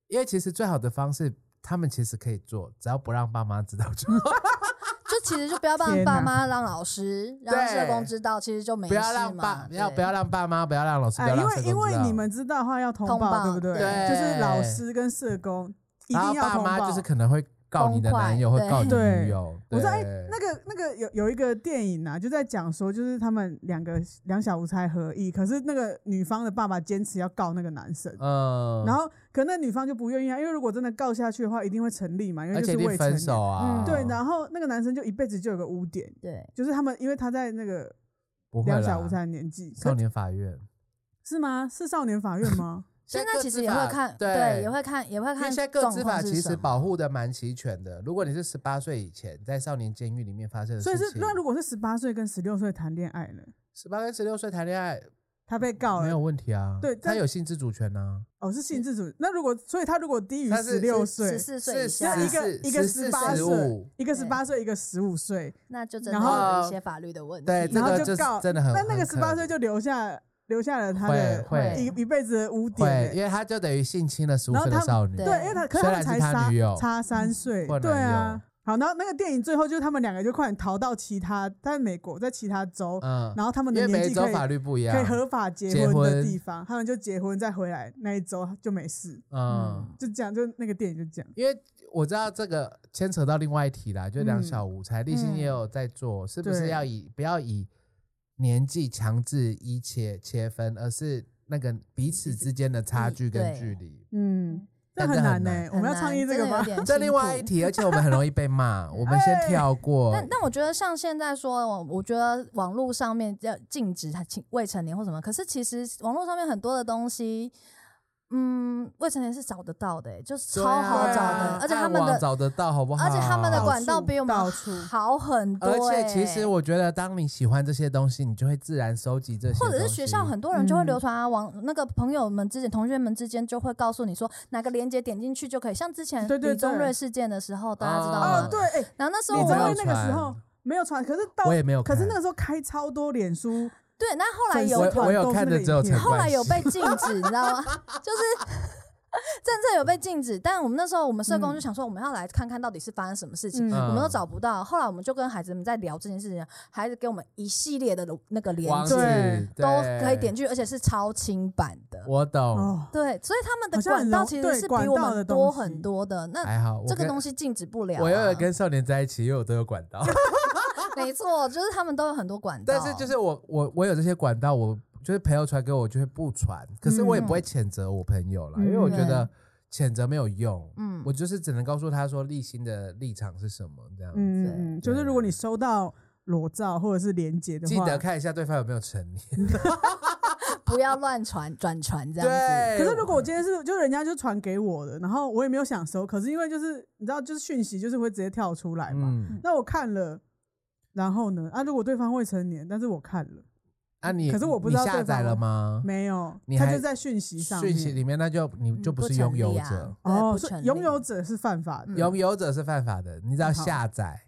A: 因为其实最好的方式，他们其实可以做，只要不让爸妈知道就好，
D: 就其实就不要让
C: 天
D: 爸
C: 哪
D: 妈、让老师、让
A: 啊对
D: 社工知道，其实就没
C: 嗯
A: 不
D: 事
A: 要让
D: 嘛
A: 爸，。要
D: 对
A: 不要让爸妈，不要让老师，不
C: 哎，
A: 要
C: 因
A: 让
C: 为
A: 社工
C: 因为
A: 知道
C: 你们知道的话要通
D: 通报
C: 对不对？
D: 对
C: 就是老师跟社工一
A: 然后
C: 定要
A: 爸
C: 通
A: 妈
C: 报。
A: 就是可能会告你的男友，
D: 公
A: 会
D: 筷
A: 告你的
C: 对
A: 女友。
C: 我说
A: 对
C: 哎，那个那个有有一个电影啊，就在讲说，就是他们两个两小无猜合意，可是那个女方的爸爸坚持要告那个男生，
A: 嗯，
C: 然后可那女方就不愿意啊，因为如果真的告下去的话，一定会成立嘛，因为
A: 而
C: 就
A: 且一
C: 是
A: 定
C: 未成
A: 分
C: 年。
A: 手啊，
D: 嗯
C: 对，然后那个男生就一辈子就有个污点，
D: 对，
C: 就是他们因为他在那个
A: 不会
C: 两
A: 啦
C: 小无猜的年纪，
A: 少
C: 可
A: 年法院。
C: 是吗？是少年法院 吗？
D: 现
A: 各
D: 在其
A: 自
D: 实也会
A: 法
D: 看，
A: 对
D: 对，也会看，也会
A: 因为
D: 看
A: 现在
D: 状
A: 各
D: 况是
A: 执
D: 什么。
A: 法其实保护的蛮齐全的。如果你是十八岁以前在少年监狱里面发生的事
C: 所以
A: 情，
C: 是那如果是十八岁跟十六岁谈恋爱呢？
A: 十八跟十六岁谈恋爱
C: 他被告
A: 没
C: 了
A: 有，问题啊，
C: 对
A: 他
C: 但
A: 有性自主权啊呢、
C: 哦，是性自主。那如果所以他如果低于
A: 他是
C: 十六岁
D: 十，四岁
A: 是
D: 以
A: 十
D: 下，
C: 一个一个
A: 四
C: 18
A: 十五
C: 岁，一个十八岁，一个十五岁，
D: 那就真的
C: 然
A: 后
D: 有一些法律的问题。
A: 对这
C: 然后
A: 个
C: 就
A: 就是
C: 告，
A: 真的很
C: 那那个
A: 很
C: 十
A: 可
C: 八岁就留下留下了他
A: 会
C: 的
A: 会
C: 一一辈子的污点
A: 会，
C: 欸。
A: 因为他就等于性侵了十五
C: 然后
A: 岁的
C: 他们
A: 少女，
D: 对
C: 对，因为他可是
A: 虽
C: 他
A: 然
C: 们
A: 是
C: 才
A: 他女友
C: 差差三岁
A: 或，
C: 对
A: 男友
C: 啊。好，然后那个电影最后就是他们两个就快点逃到其他，在美国，在其他州，
A: 嗯，
C: 然后他们
A: 因
C: 的
A: 为
C: 年
A: 每一
C: 纪
A: 州
C: 可以
A: 法律不一样
C: 可以，合法结
A: 结
C: 婚的
A: 婚
C: 地方，他们就结婚再回来那一周就没事，
A: 嗯，
C: 就这样，就那个电影就这样。
A: 因为我知道这个牵扯到另外一题啦，就两
C: 嗯
A: 小无猜，立新也有在做，是不是
C: 对
A: 要以不要以年纪强制一切切分，而是那个彼此之间的差距跟
D: 对
A: 距离？
C: 嗯，这
A: 但
C: 很
A: 这
C: 难
A: 很
C: 呢、
A: 难
C: 我们要倡议这个吗？
D: 吗
A: 这另外一题，而且我们很容易被骂，我 们
D: 哎
A: 先跳过。啊
D: 但但我觉得像现在说，我我觉得网络上面要禁止他青未成年或什么，可是其实网络上面很多的东西，嗯，未成年是找得到的、欸，就是
A: 对
D: 超
A: 啊
D: 好找的，而且他们
A: 暗网
D: 的。
A: 找得到，好不好？
D: 而且他们的
C: 到
D: 管道
C: 处
D: 比我们
C: 到处
D: 好很多、
A: 而
D: 欸，
A: 且其实我觉得，当你喜欢这些东西，你就会自然收集这些东
D: 或
A: 西。
D: 者是学校很多人就会
C: 嗯
D: 流传啊，网那个朋友们之间、同学们之间就会告诉你说哪个链接点进去就可以。像之前
C: 对对
D: 李宗
C: 对
D: 瑞事件的时候，大家知道
A: 啊
C: 哦，？
D: 吗
C: 对，哎、
D: 然后那时候
C: 李
D: 我
C: 宗
A: 没
C: 瑞
A: 有
D: 们
C: 那个时候
A: 传
C: 没有传，可是到
A: 我也没有
C: 可
A: 看，
C: 是那个时候开超多脸书，
D: 对，那后来
C: 粉丝
D: 有
C: 团
A: 我我有
C: 都是
A: 看
C: 那
A: 的
C: 个
A: 只有
C: 影片
A: 陈
D: 后来有
A: 关
D: 被禁止，你知道吗？就是政策有被禁止，但我们那时候我们社
C: 嗯
D: 工就想说，我们要来看看到底是发生什么事情，
C: 嗯
D: 我们都找不到。后来我们就跟孩子们在聊这件事情，孩子给我们一系列的那个连
A: 网
D: 接
A: 址
C: 对
D: 都可以点，进去，而且是超清版的。
A: 我懂，
C: 哦，
D: 对，所以他们的
C: 好像
D: 管
C: 很
D: 道
C: 容
D: 其
C: 对
D: 实是
C: 管
D: 比我
C: 道的
D: 们
C: 东
D: 多
C: 西
D: 很多的。那
A: 还好哎我
D: 这个
A: 跟
D: 东西禁止不了啊。
A: 我又有跟 少年在一起，又有都有管道，
D: 没错，就是他们都有很多管道，
A: 但是
C: 哦
A: 就是我我我有这些管道，我就是朋友传给我，我就会不传，可是我也不会谴责我朋友啦，
C: 嗯
A: 因为我觉得谴责没有用，
D: 嗯
A: 我就是只能告诉他说立新的立场是什么这样子。
C: 嗯，嗯就是如果你收到裸照或者是连接的
A: 记
C: 话，
A: 得看一下对方有没有成年。
D: 不要乱传转传这样子。嗯
A: 对，
C: 可是如果我今天是就人家就传给我的，然后我也没有想收，可是因为就是你知道，就是讯息就是会直接跳出来嘛。
A: 嗯，
C: 那我看了，然后呢？啊，如果对方未成年，但是我看了
A: 啊你
C: 可是我不知道
A: 你下
C: 对方
A: 载了吗？
C: 没有
A: 哦你，
C: 他
A: 还
C: 就在讯息上
A: 讯息
C: 面。
A: 里面那就你
D: 嗯
A: 就不是
D: 成
A: 拥有
D: 立啊
A: 者，
D: 对
C: 哦，
D: 不
C: 所
D: 成
C: 以
D: 立
C: 拥有者是犯法
D: 嗯
C: 的。
A: 拥有者是犯法的，你只要下载。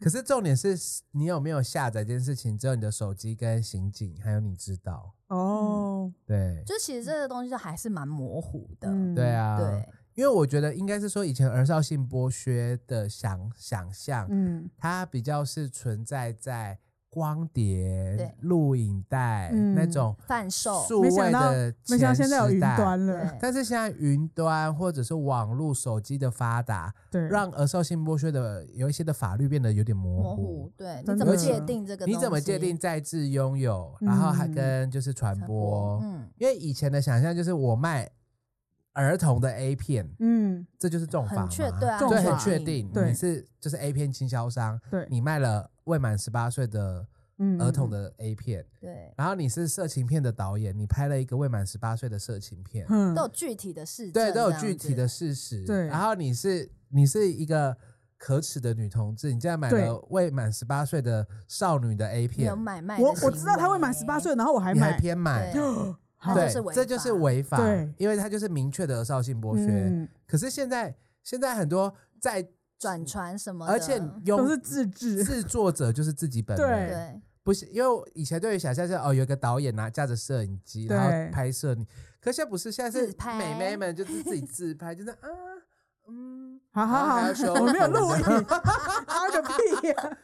A: 可是重点是你有没有下载这件事情，只有你的手机跟刑警还有你知道。
C: 哦，
A: 对，
D: 就是其实这个东西就还是蛮模糊的，
C: 嗯，
A: 对，啊，
D: 对，
A: 因为我觉得应该是说以前儿少性剥削的想想象，
C: 嗯
A: 它比较是存在在光碟
D: 对、
A: 录影带
C: 嗯
A: 那种
D: 贩售
A: 数
C: 没想
A: 位
C: 到
A: 的
C: 没想到
A: 前
C: 现在有
A: 时
C: 云
A: 代
C: 端了，
D: 对，
A: 但是现在云端或者是网络手机的发达，
C: 对，
D: 嗯
A: 让儿少性剥削的有一些的法律变得有点模糊
D: 模糊。，对，
C: 嗯真
D: 你怎么
A: 的
D: 界定这个？
A: 你怎么界定？在制拥有，然后还跟就是传播？
D: 嗯，
A: 因为以前的想象就是我卖儿童的 A 片，
C: 嗯，
A: 这就是重罚嘛，
D: 很确对啊，
C: 重
A: 对，
C: 罚
A: 很确定，
C: 对
A: 你是就是 A 片经销商，
C: 对，
A: 你卖了未满十八岁的
C: 嗯
A: 儿童，的 A 片，
D: 对，
A: 然后你是色情片的导演，你拍了一个未满十八岁的色情 片，
C: 嗯
D: 都有具体的事，
A: 对，都有具体的，事实。
C: 对
A: 然后你是你是一个可耻的女同志，你竟然买
C: 对
A: 了未满十八岁的少女的 A 片
D: 有，买卖的
C: 我
D: 行为。
C: 我知道他会满十八岁，然后我还
A: 你还
C: 买，哦
A: 偏买，
D: 对，
C: 好
D: 那就是
A: 对，
D: 违
A: 这就是
D: 法
A: 违法
C: 对，
A: 因为它就是明确的儿少性剥削。
C: 嗯，
A: 可是现在现在很多在，
D: 转传什么的，嗯
A: 而且
C: 都
A: 用
C: 是自制，
A: 制作者就是自己本
C: 对
A: 人，
D: 对，
A: 不是因为我以前对于想象是哦，有一个导演拿架着摄影机，然
C: 对
A: 后拍摄你，可现在不是，现在是
D: 自拍
A: 美眉们就是自己自拍，就是啊，嗯。
C: 好好
A: 然后还
C: 好
A: 要修，
C: 我没有
A: 图
C: 录影，啊个屁呀！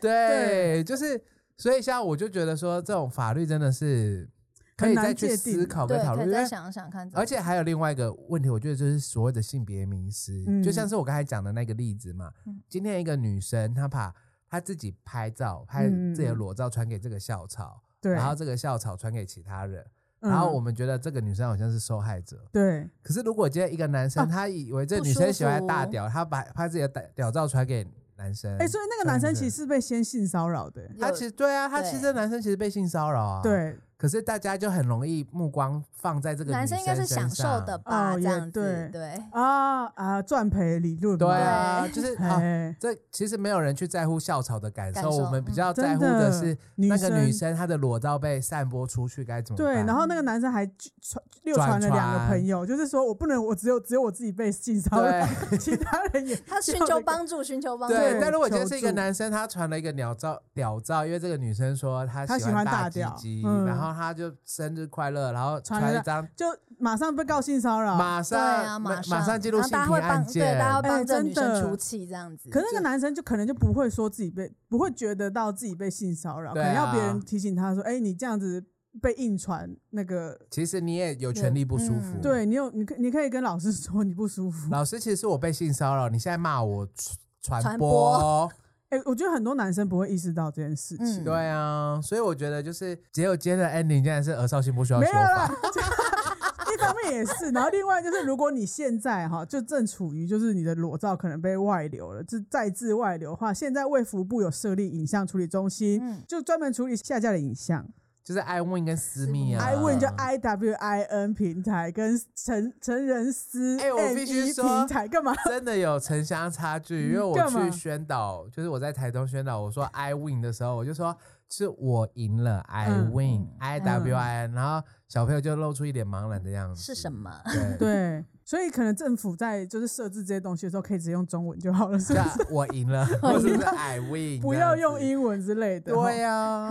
A: 对，就是所以像我就觉得说，这种法律真的是可
C: 很
A: 以
C: 难
A: 再去
C: 界
A: 思
C: 定
A: 考跟
D: 对，
A: 讨
D: 可
A: 论，
D: 以
A: 因
D: 再
A: 为
D: 想想看怎么。
A: 而且还有另外一个问题，我觉得就是所谓的性别迷失，
C: 嗯
A: 就像是我刚才讲的那个例子嘛。
D: 嗯
A: 今天一个女生，她把她自己拍照，拍
C: 嗯嗯
A: 自己的
C: 嗯
A: 裸照传给这个校草，
C: 对，
A: 然后这个校草传给其他人，然后
C: 嗯
A: 我们觉得这个女生好像是受害者。
C: 对
A: 可是如果今天一个男生，他以为这
D: 不
A: 女生
D: 舒
A: 喜欢大
D: 服
A: 屌，他把拍自己的屌屌照传给男生，
C: 哎，所以那个男生其实是被先性骚扰的，
A: 他
D: 有
A: 其实对啊，他其实
D: 对
A: 这男生其实被性骚扰啊。。
C: 对，
A: 可是大家就很容易目光放在这个
D: 男
A: 女
D: 生应该是享
A: 身
D: 受
A: 上
D: 的吧，
C: 哦
D: 这
C: 也
D: 样
C: 对
D: 子 对。
C: 啊啊，赚赔理论嘛，
A: 对啊，
D: 对
A: 就是啊，
C: 哎，
A: 这其实没有人去在乎校草的感
D: 感
A: 受，我
D: 受
A: 们比
D: 嗯
A: 较在
C: 真
A: 乎的
C: 的
A: 是
C: 女
A: 那个女
C: 生
A: 生她的裸照被散播出去该怎么
C: 对，
A: 办？
C: 然后那个男生还去传又
A: 转
C: 传了两
A: 传
C: 个朋友，就是说我不能，我只有只有我自己被性骚扰，
A: 对
C: 其他人也
D: 他寻求帮助，寻求帮助，
A: 对
C: 对，
A: 但如果今天
C: 求
A: 是一个
C: 助
A: 男生，他传了一个鸟照屌照，因为这个女生说她
C: 她
A: 喜
C: 喜
A: 欢
C: 欢
A: 大
C: 大
A: 鸡
C: 屌
A: 鸡，
C: 嗯
A: 然后他就生日快乐，然后
C: 传
A: 传
C: 了
A: 一张，
C: 就马上被告性骚扰，
A: 马上
D: 对啊，
A: 马
D: 马
A: 上进入
D: 然后
A: 性
D: 大家
A: 平
D: 会
A: 案
D: 帮，对，
A: 件，
D: 大家会
C: 哎
D: 帮这个女
C: 真
D: 生
C: 的
D: 出气这样子。
C: 可是那个男生就可能就不会说自己被，不会觉得到自己被性骚扰，可
A: 对
C: 能要别
A: 啊
C: 人提醒他说：“哎、你这样子被硬传，那个
A: 其实你也有权
D: 对
A: 利不舒服。
D: 嗯
C: 对你有你可你可以跟老师说你不舒服。
A: 老师，其实我被性骚扰，你现在骂我传传
D: 传
A: 播
D: 播，”
C: 哎、我觉得很多男生不会意识到这件事情，
D: 嗯
A: 对啊，所以我觉得就是只有今天的 ending 竟然是儿少性不需要
C: 没
A: 修
C: 有啦
A: 法，。
C: 一方面也是，然后另外就是，如果你现在哈就正处于就是你的裸照可能被外流了，就再次外流的话，现在卫福部有设立影像处理中心，
D: 嗯
C: 就专门处理下架的影像。
A: 就是 I Win 跟私密啊
C: i w i n 就 I W I N 平台跟成成人私
A: 哎我必须
C: NE
A: 说
C: 平 台干嘛？
A: 真的有城乡差距，因为我
C: 嗯干嘛
A: 去宣导，就是我在台东宣导，我 说 I Win 的时候，我就说是我赢了 I
C: 嗯
A: Win I W I N，然后小朋友就露出一脸茫然的样子，
C: 哦
D: 是什么？
A: 对？
C: 对，所以可能政府在就是设置这些东西的时候，可以直接用中文就好了，是不
A: 那
C: 是？
A: 我赢了，我是不是 I win？
C: 不要
A: 这样子
C: 用。英文哦之类的。
A: 对啊
C: 呀。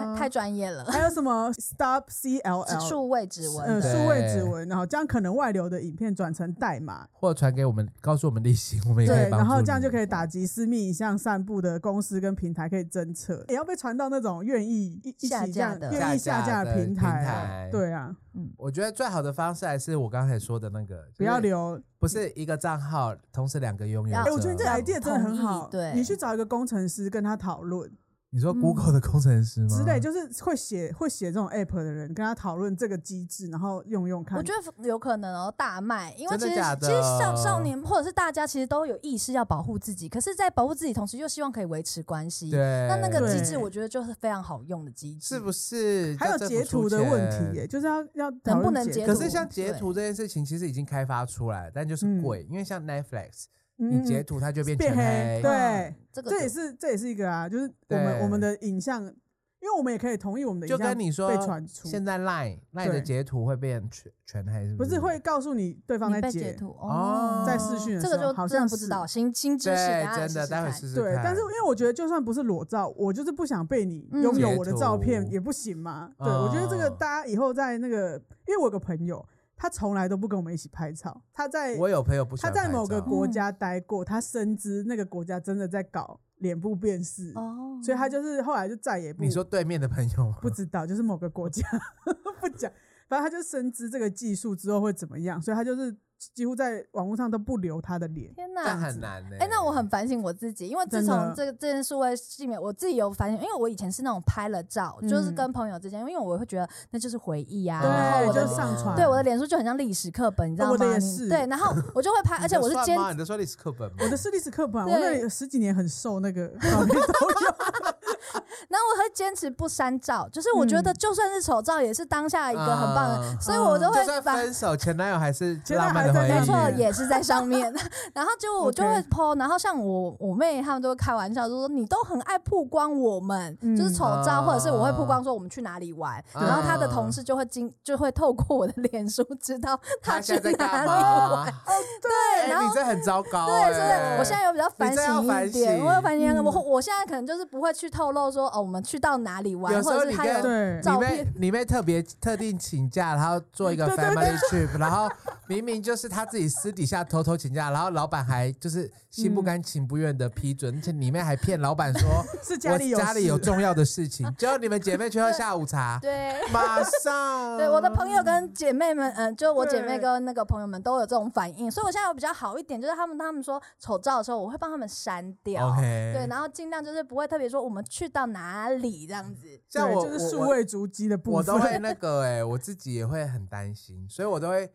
A: 呀、
D: 太太专业了，
C: 还有什 么 Stop
D: 指
C: CLL？
D: 数位指纹
C: 嗯，
D: 的
A: 对
C: 数位指纹，然后这样可能外流的影片转成代码，
A: 或传给我们，告诉我们利息，我们也可
C: 对，
A: 以帮助
C: 然后这样
A: 你
C: 就可以打击私密影像散布的公司跟平台可以侦测，也要被传到那种愿意一一起
D: 下
C: 这
D: 架
C: 样
D: 的
C: 愿意下
A: 下
C: 架
A: 架的
C: 平台啊，
A: 平台
C: 对啊，
A: 我觉得最好的方式还是我刚才说的那个，
C: 不要
A: 留，
C: 留。
A: 不是一个账号同时两个拥有
D: 要
A: 者。
C: 哎，我觉得你这
D: 要
C: idea 真的很好，
D: 同意对
C: 你去找一个工程师跟他讨论
A: 你说 Google 的工程师吗？
C: 嗯之类，就是会写会写这种 app 的人跟他讨论这个机制，然后用用看。
D: 我觉得有可能哦，大卖，因为
A: 真的
D: 其实
A: 假
D: 其实少
A: 的
D: 少年或者是大家其实都有意识要保护自己，可是，在保护自己同时又希望可以维持关系。
A: 对，
D: 那那个机制，
C: 对
D: 我觉得就是非常好用的机制，
A: 是不是
C: 还有
A: 叫政府
C: 截
A: 出
C: 图的问
A: 钱
C: 题耶，就是要要
D: 能
C: 讨
D: 不
C: 论
D: 能截
A: 可
D: 图
A: 是像截
D: 对
A: 图这件事情，其实已经开发出来，但就是
C: 嗯
A: 贵，因为像 Netflix，你
C: 嗯
A: 截图它就变
C: 变
A: 全
C: 黑，
A: 黑
C: 对。
D: 嗯这个
C: 这也
D: 就是
C: 这也是一个啊，就是我们我们的影像，因为我们也可以同意我们的影
A: 就
C: 像
A: 跟你说
C: 被传出，
A: 现在 Line Line
C: 对
A: 的截图会变全全黑，是
C: 不
A: 是
C: 是会告诉你对方
D: 你
C: 在
D: 被截
C: 截，
D: 图
A: 哦
C: 在视讯的
D: 这
C: 时
D: 个
C: 候
D: 就
C: 好
D: 真的
C: 像
D: 不知
C: 是
D: 道新新知识，
A: 对，真
D: 大
A: 的，
D: 家
A: 待
D: 来
A: 会
D: 试试看
A: 试试
C: 对，但是因为我觉得就算不是裸照，我就是不想被你拥有我的照
A: 嗯
C: 片
A: 截图
C: 也不行嘛。
A: 哦
C: 对，我觉得这个大家以后在那个，因为我有个朋友，他从来都不跟我们一起拍照，他在
A: 我有朋友不喜
C: 他
A: 欢
C: 在某
A: 拍
C: 个
A: 照
C: 国家待过，他深知那个国家真的在搞脸部辨识，
D: 哦，
C: 所以他就是后来就再也不
A: 你说对面的朋友吗？
C: 不知道，就是某个国家 不讲，反正他就深知这个技术之后会怎么样，所以他就是几乎在网络上都不留他的脸。
D: 天
A: 但
D: 哪！
A: 很难欸呢。
D: 哎、那我很反省我自己，因为自
C: 欸真的
D: 从这个这件事会里面，我自己有反省，因为我以前是那种拍了照，就是
C: 嗯
D: 跟朋友之间，因为我会觉得那就是回忆啊，
A: 对
D: 然后我
C: 就
D: 的
C: 是上传
D: 对，我的脸书就很像历史课本，你知道
C: 哦
D: 吗？
C: 我的也
D: 你
C: 是
D: 对，然后我就会拍，而且我是
A: 你的
D: 坚
A: 算吗你的说历史课本吗？
C: 我的是历史课本啊，
D: 对
C: 我那里十几年很瘦，那个 照片都有。
D: 然后我会坚持不删照，就是我
C: 嗯
D: 觉得就算是丑照，也是当下一个很棒的，
A: 嗯
D: 所以我都
A: 就
D: 会
A: 算
D: 把。
A: 分手，前男友还 是
C: 前男
A: 浪
C: 友
A: 漫的
C: 还
A: 回忆。
C: 在
D: 没错，
C: 上面
D: 也是在上面。 然后结果我就会
C: OK
D: PO，然后像我我妹他们都会开玩笑，就说你都很爱曝光我们，
C: 嗯
D: 就是丑照，
A: 啊
D: 或者是我会曝光说我们去哪里玩，
A: 对
D: 然后他的
A: 嗯
D: 同事就会经就会透过我的脸书知道
A: 他
D: 去
A: 现在在
D: 哪
A: 干
D: 里。
A: 嘛？
D: 对，
A: 哎
D: 然后
A: 你这很糟糕
D: 对，
A: 哎。
D: 所以我现在有比较反
A: 你这要
D: 省一
A: 反
D: 点，
A: 省
D: 我有反省，
C: 嗯
D: 我我现在可能就是不会去透露说哦，我们去到哪里玩，
A: 有时
D: 或
A: 候
D: 者
A: 你
D: 是他
A: 跟
D: 有
C: 对
D: 照
A: 你妹
D: 片，
A: 你妹特别特定请假，然后做一个
C: 对对
A: family trip，然后明明就是她自己私底下偷偷请假，然后老板还就是心
D: 嗯
A: 不甘情不愿的批准，而且里面还骗老板说
C: 是家
A: 我
C: 里有
A: 家里有
C: 事
A: 重要的事 情，结果你们姐妹去喝下午茶，
D: 对。
A: 马上
D: 对我的朋友跟姐妹们，嗯，就我姐妹
C: 对
D: 跟那个朋友们都有这种反应，所以我现在有比较好一点，就是他们他们说丑照的时候，我会帮他们删掉
A: OK
D: 对，然后尽量就是不会特别说我们去到哪里这样子，
A: 像
C: 对
A: 我
C: 就是
A: 我
C: 数
A: 我
C: 位足迹的部
A: 我
C: 分，
A: 都会那个哎、我自己也会很担心，所以我都会，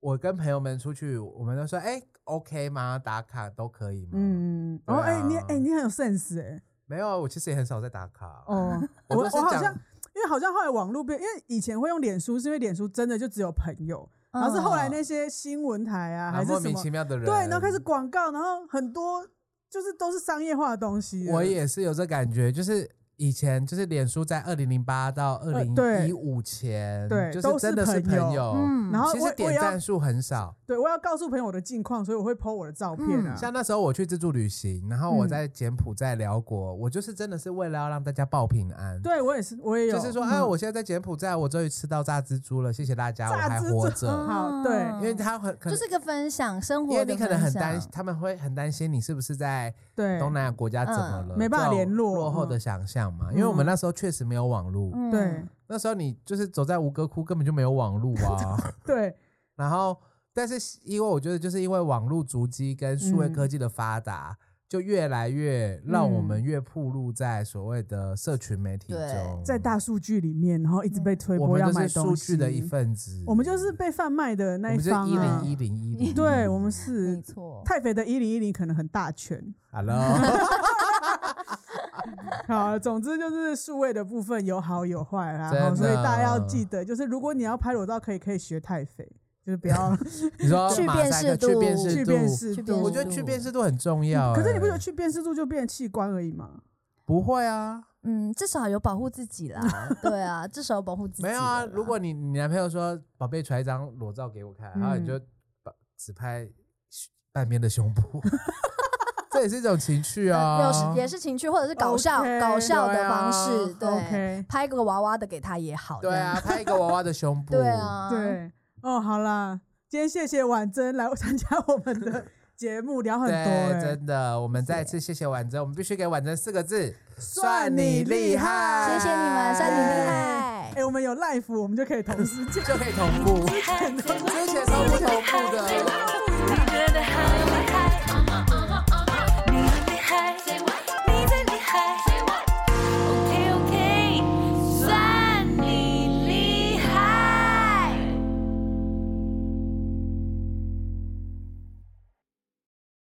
A: 我跟朋友们出去，我们都说哎、OK 吗？打卡都可以吗？嗯，
C: 嗯，
A: 对
C: 哦，
A: 啊
C: 哎，你哎，你很有 sense 哎，
A: 没有，啊我其实也很少在打卡。
C: 哦，
A: 我
C: 我
A: 都是
C: 我好
A: 讲
C: 像。因为好像后来网络变，因为以前会用脸书，是因为脸书真的就只有朋友，然后是后
D: 嗯
C: 来那些新闻台啊，还
A: 然后
C: 是
A: 莫
C: 什
A: 名
C: 么
A: 其，妙的人，
C: 对，然后开始。广告，然后很多就是都是商业化的东西了。
A: 我也是有这感觉，就是以前就是脸书在二零零八到二零
C: 对
A: 一五前，
C: 呃对
A: 就
C: 都
A: 是真
C: 是
A: 的是
C: 朋友
A: 朋友，
D: 嗯
C: 然后
A: 其
C: 我
A: 实
C: 我
A: 点
C: 也要
A: 赞数很少。
C: 对我要告诉朋友我的近况，所以我会 PO 我的照片啊。
A: 嗯像那时候我去自助旅行，然后我
C: 嗯
A: 在柬埔寨、辽国，我就是真的是为了要让大家报平安，
C: 对哦嗯我也是，我也有，
A: 就是说，啊，我现在在柬埔寨，我终于吃到炸蜘蛛了，谢谢大家，我
C: 炸
A: 还
C: 蜘
A: 活
C: 蛛嗯
A: 着。
C: 好对
D: 嗯
A: 因为他很可能，
D: 就是个分享生活
A: 因
D: 的
A: 为
D: 分
A: 你
D: 享，
A: 可能很担，他们会很担心你是不是在
C: 对嗯
A: 东南亚国家怎么了，
C: 没办法
A: 这种
C: 联络
A: 落后的
C: 嗯
A: 想象嘛。因为我们
C: 嗯
A: 那时候确实没有网络，
D: 嗯
C: 对
A: 那时候你就是走在吴哥窟根本就没有网络 啊。
C: 对
A: 然后，但是因为我觉得就是因为网络足迹跟数位
C: 嗯
A: 科技的发达。就越来越让我们
C: 嗯
A: 越暴露在所谓的社群媒体
D: 对
A: 中，
C: 在大数据里面，然后一直被推
A: 我
C: 波
A: 们
C: 要
A: 就
C: 买
A: 是
C: 东
A: 数
C: 西，
A: 据的一，份子，
C: 我们就是被贩卖的
A: 我
C: 那
A: 们就是
C: 方
A: 一
C: 啊
A: 零。一零一零，
C: 对，我们
D: 嗯没
C: 是
D: 错，
C: 太肥的一零一零可能很大圈。
A: Hello，
C: 好，总之就是数位的部分有好有坏啦，
A: 真
C: 好所以大家要
A: 的
C: 记得，就是如果你要拍裸照，可以可以学太肥，就是不 要
A: 你 说
D: 去
A: 马
D: 辨
A: 赛
D: 识
A: 克
D: 度
A: 去辨
C: 去
A: 识
C: 辨
A: 度，
C: 识
D: 去
C: 度。嗯
D: 辨
A: 我觉得去辨识度很重要。
C: 可是你不觉得
A: 哎
C: 去辨识度就变器官而已吗？
A: 不会啊？
D: 嗯，至少有保护自己 啦，对啊，至少有保护自己的
A: 没啊
D: 啦。
A: 有啊，如果你你男朋友说宝贝传一张裸照给我看，然后你
C: 嗯
A: 就把只拍半边的胸 部，这也是一种情趣啊，
D: 没有是也是情趣，或者是搞笑
C: OK，
D: 搞笑
A: 对
D: 的
A: 啊
D: 方式，对
C: OK
D: 拍个娃娃的给他也好，
A: 对啊，拍一个娃娃的胸部，
D: 这样， 对，啊，，
C: 对，哦，好啦，今天谢谢婉珍来 参加我 们的节目，聊很多、
A: 对，
C: 欸，
A: 真的，我们再次谢谢婉珍，我们必须给婉珍四个字，
C: 算你
A: 你
C: 厉害
A: 害，
D: 谢谢你们，算你厉害
C: 哎、。我 们有 live，我们就可以同时见。
A: 就可以同步，
B: 厉害
A: 之前都不同步的。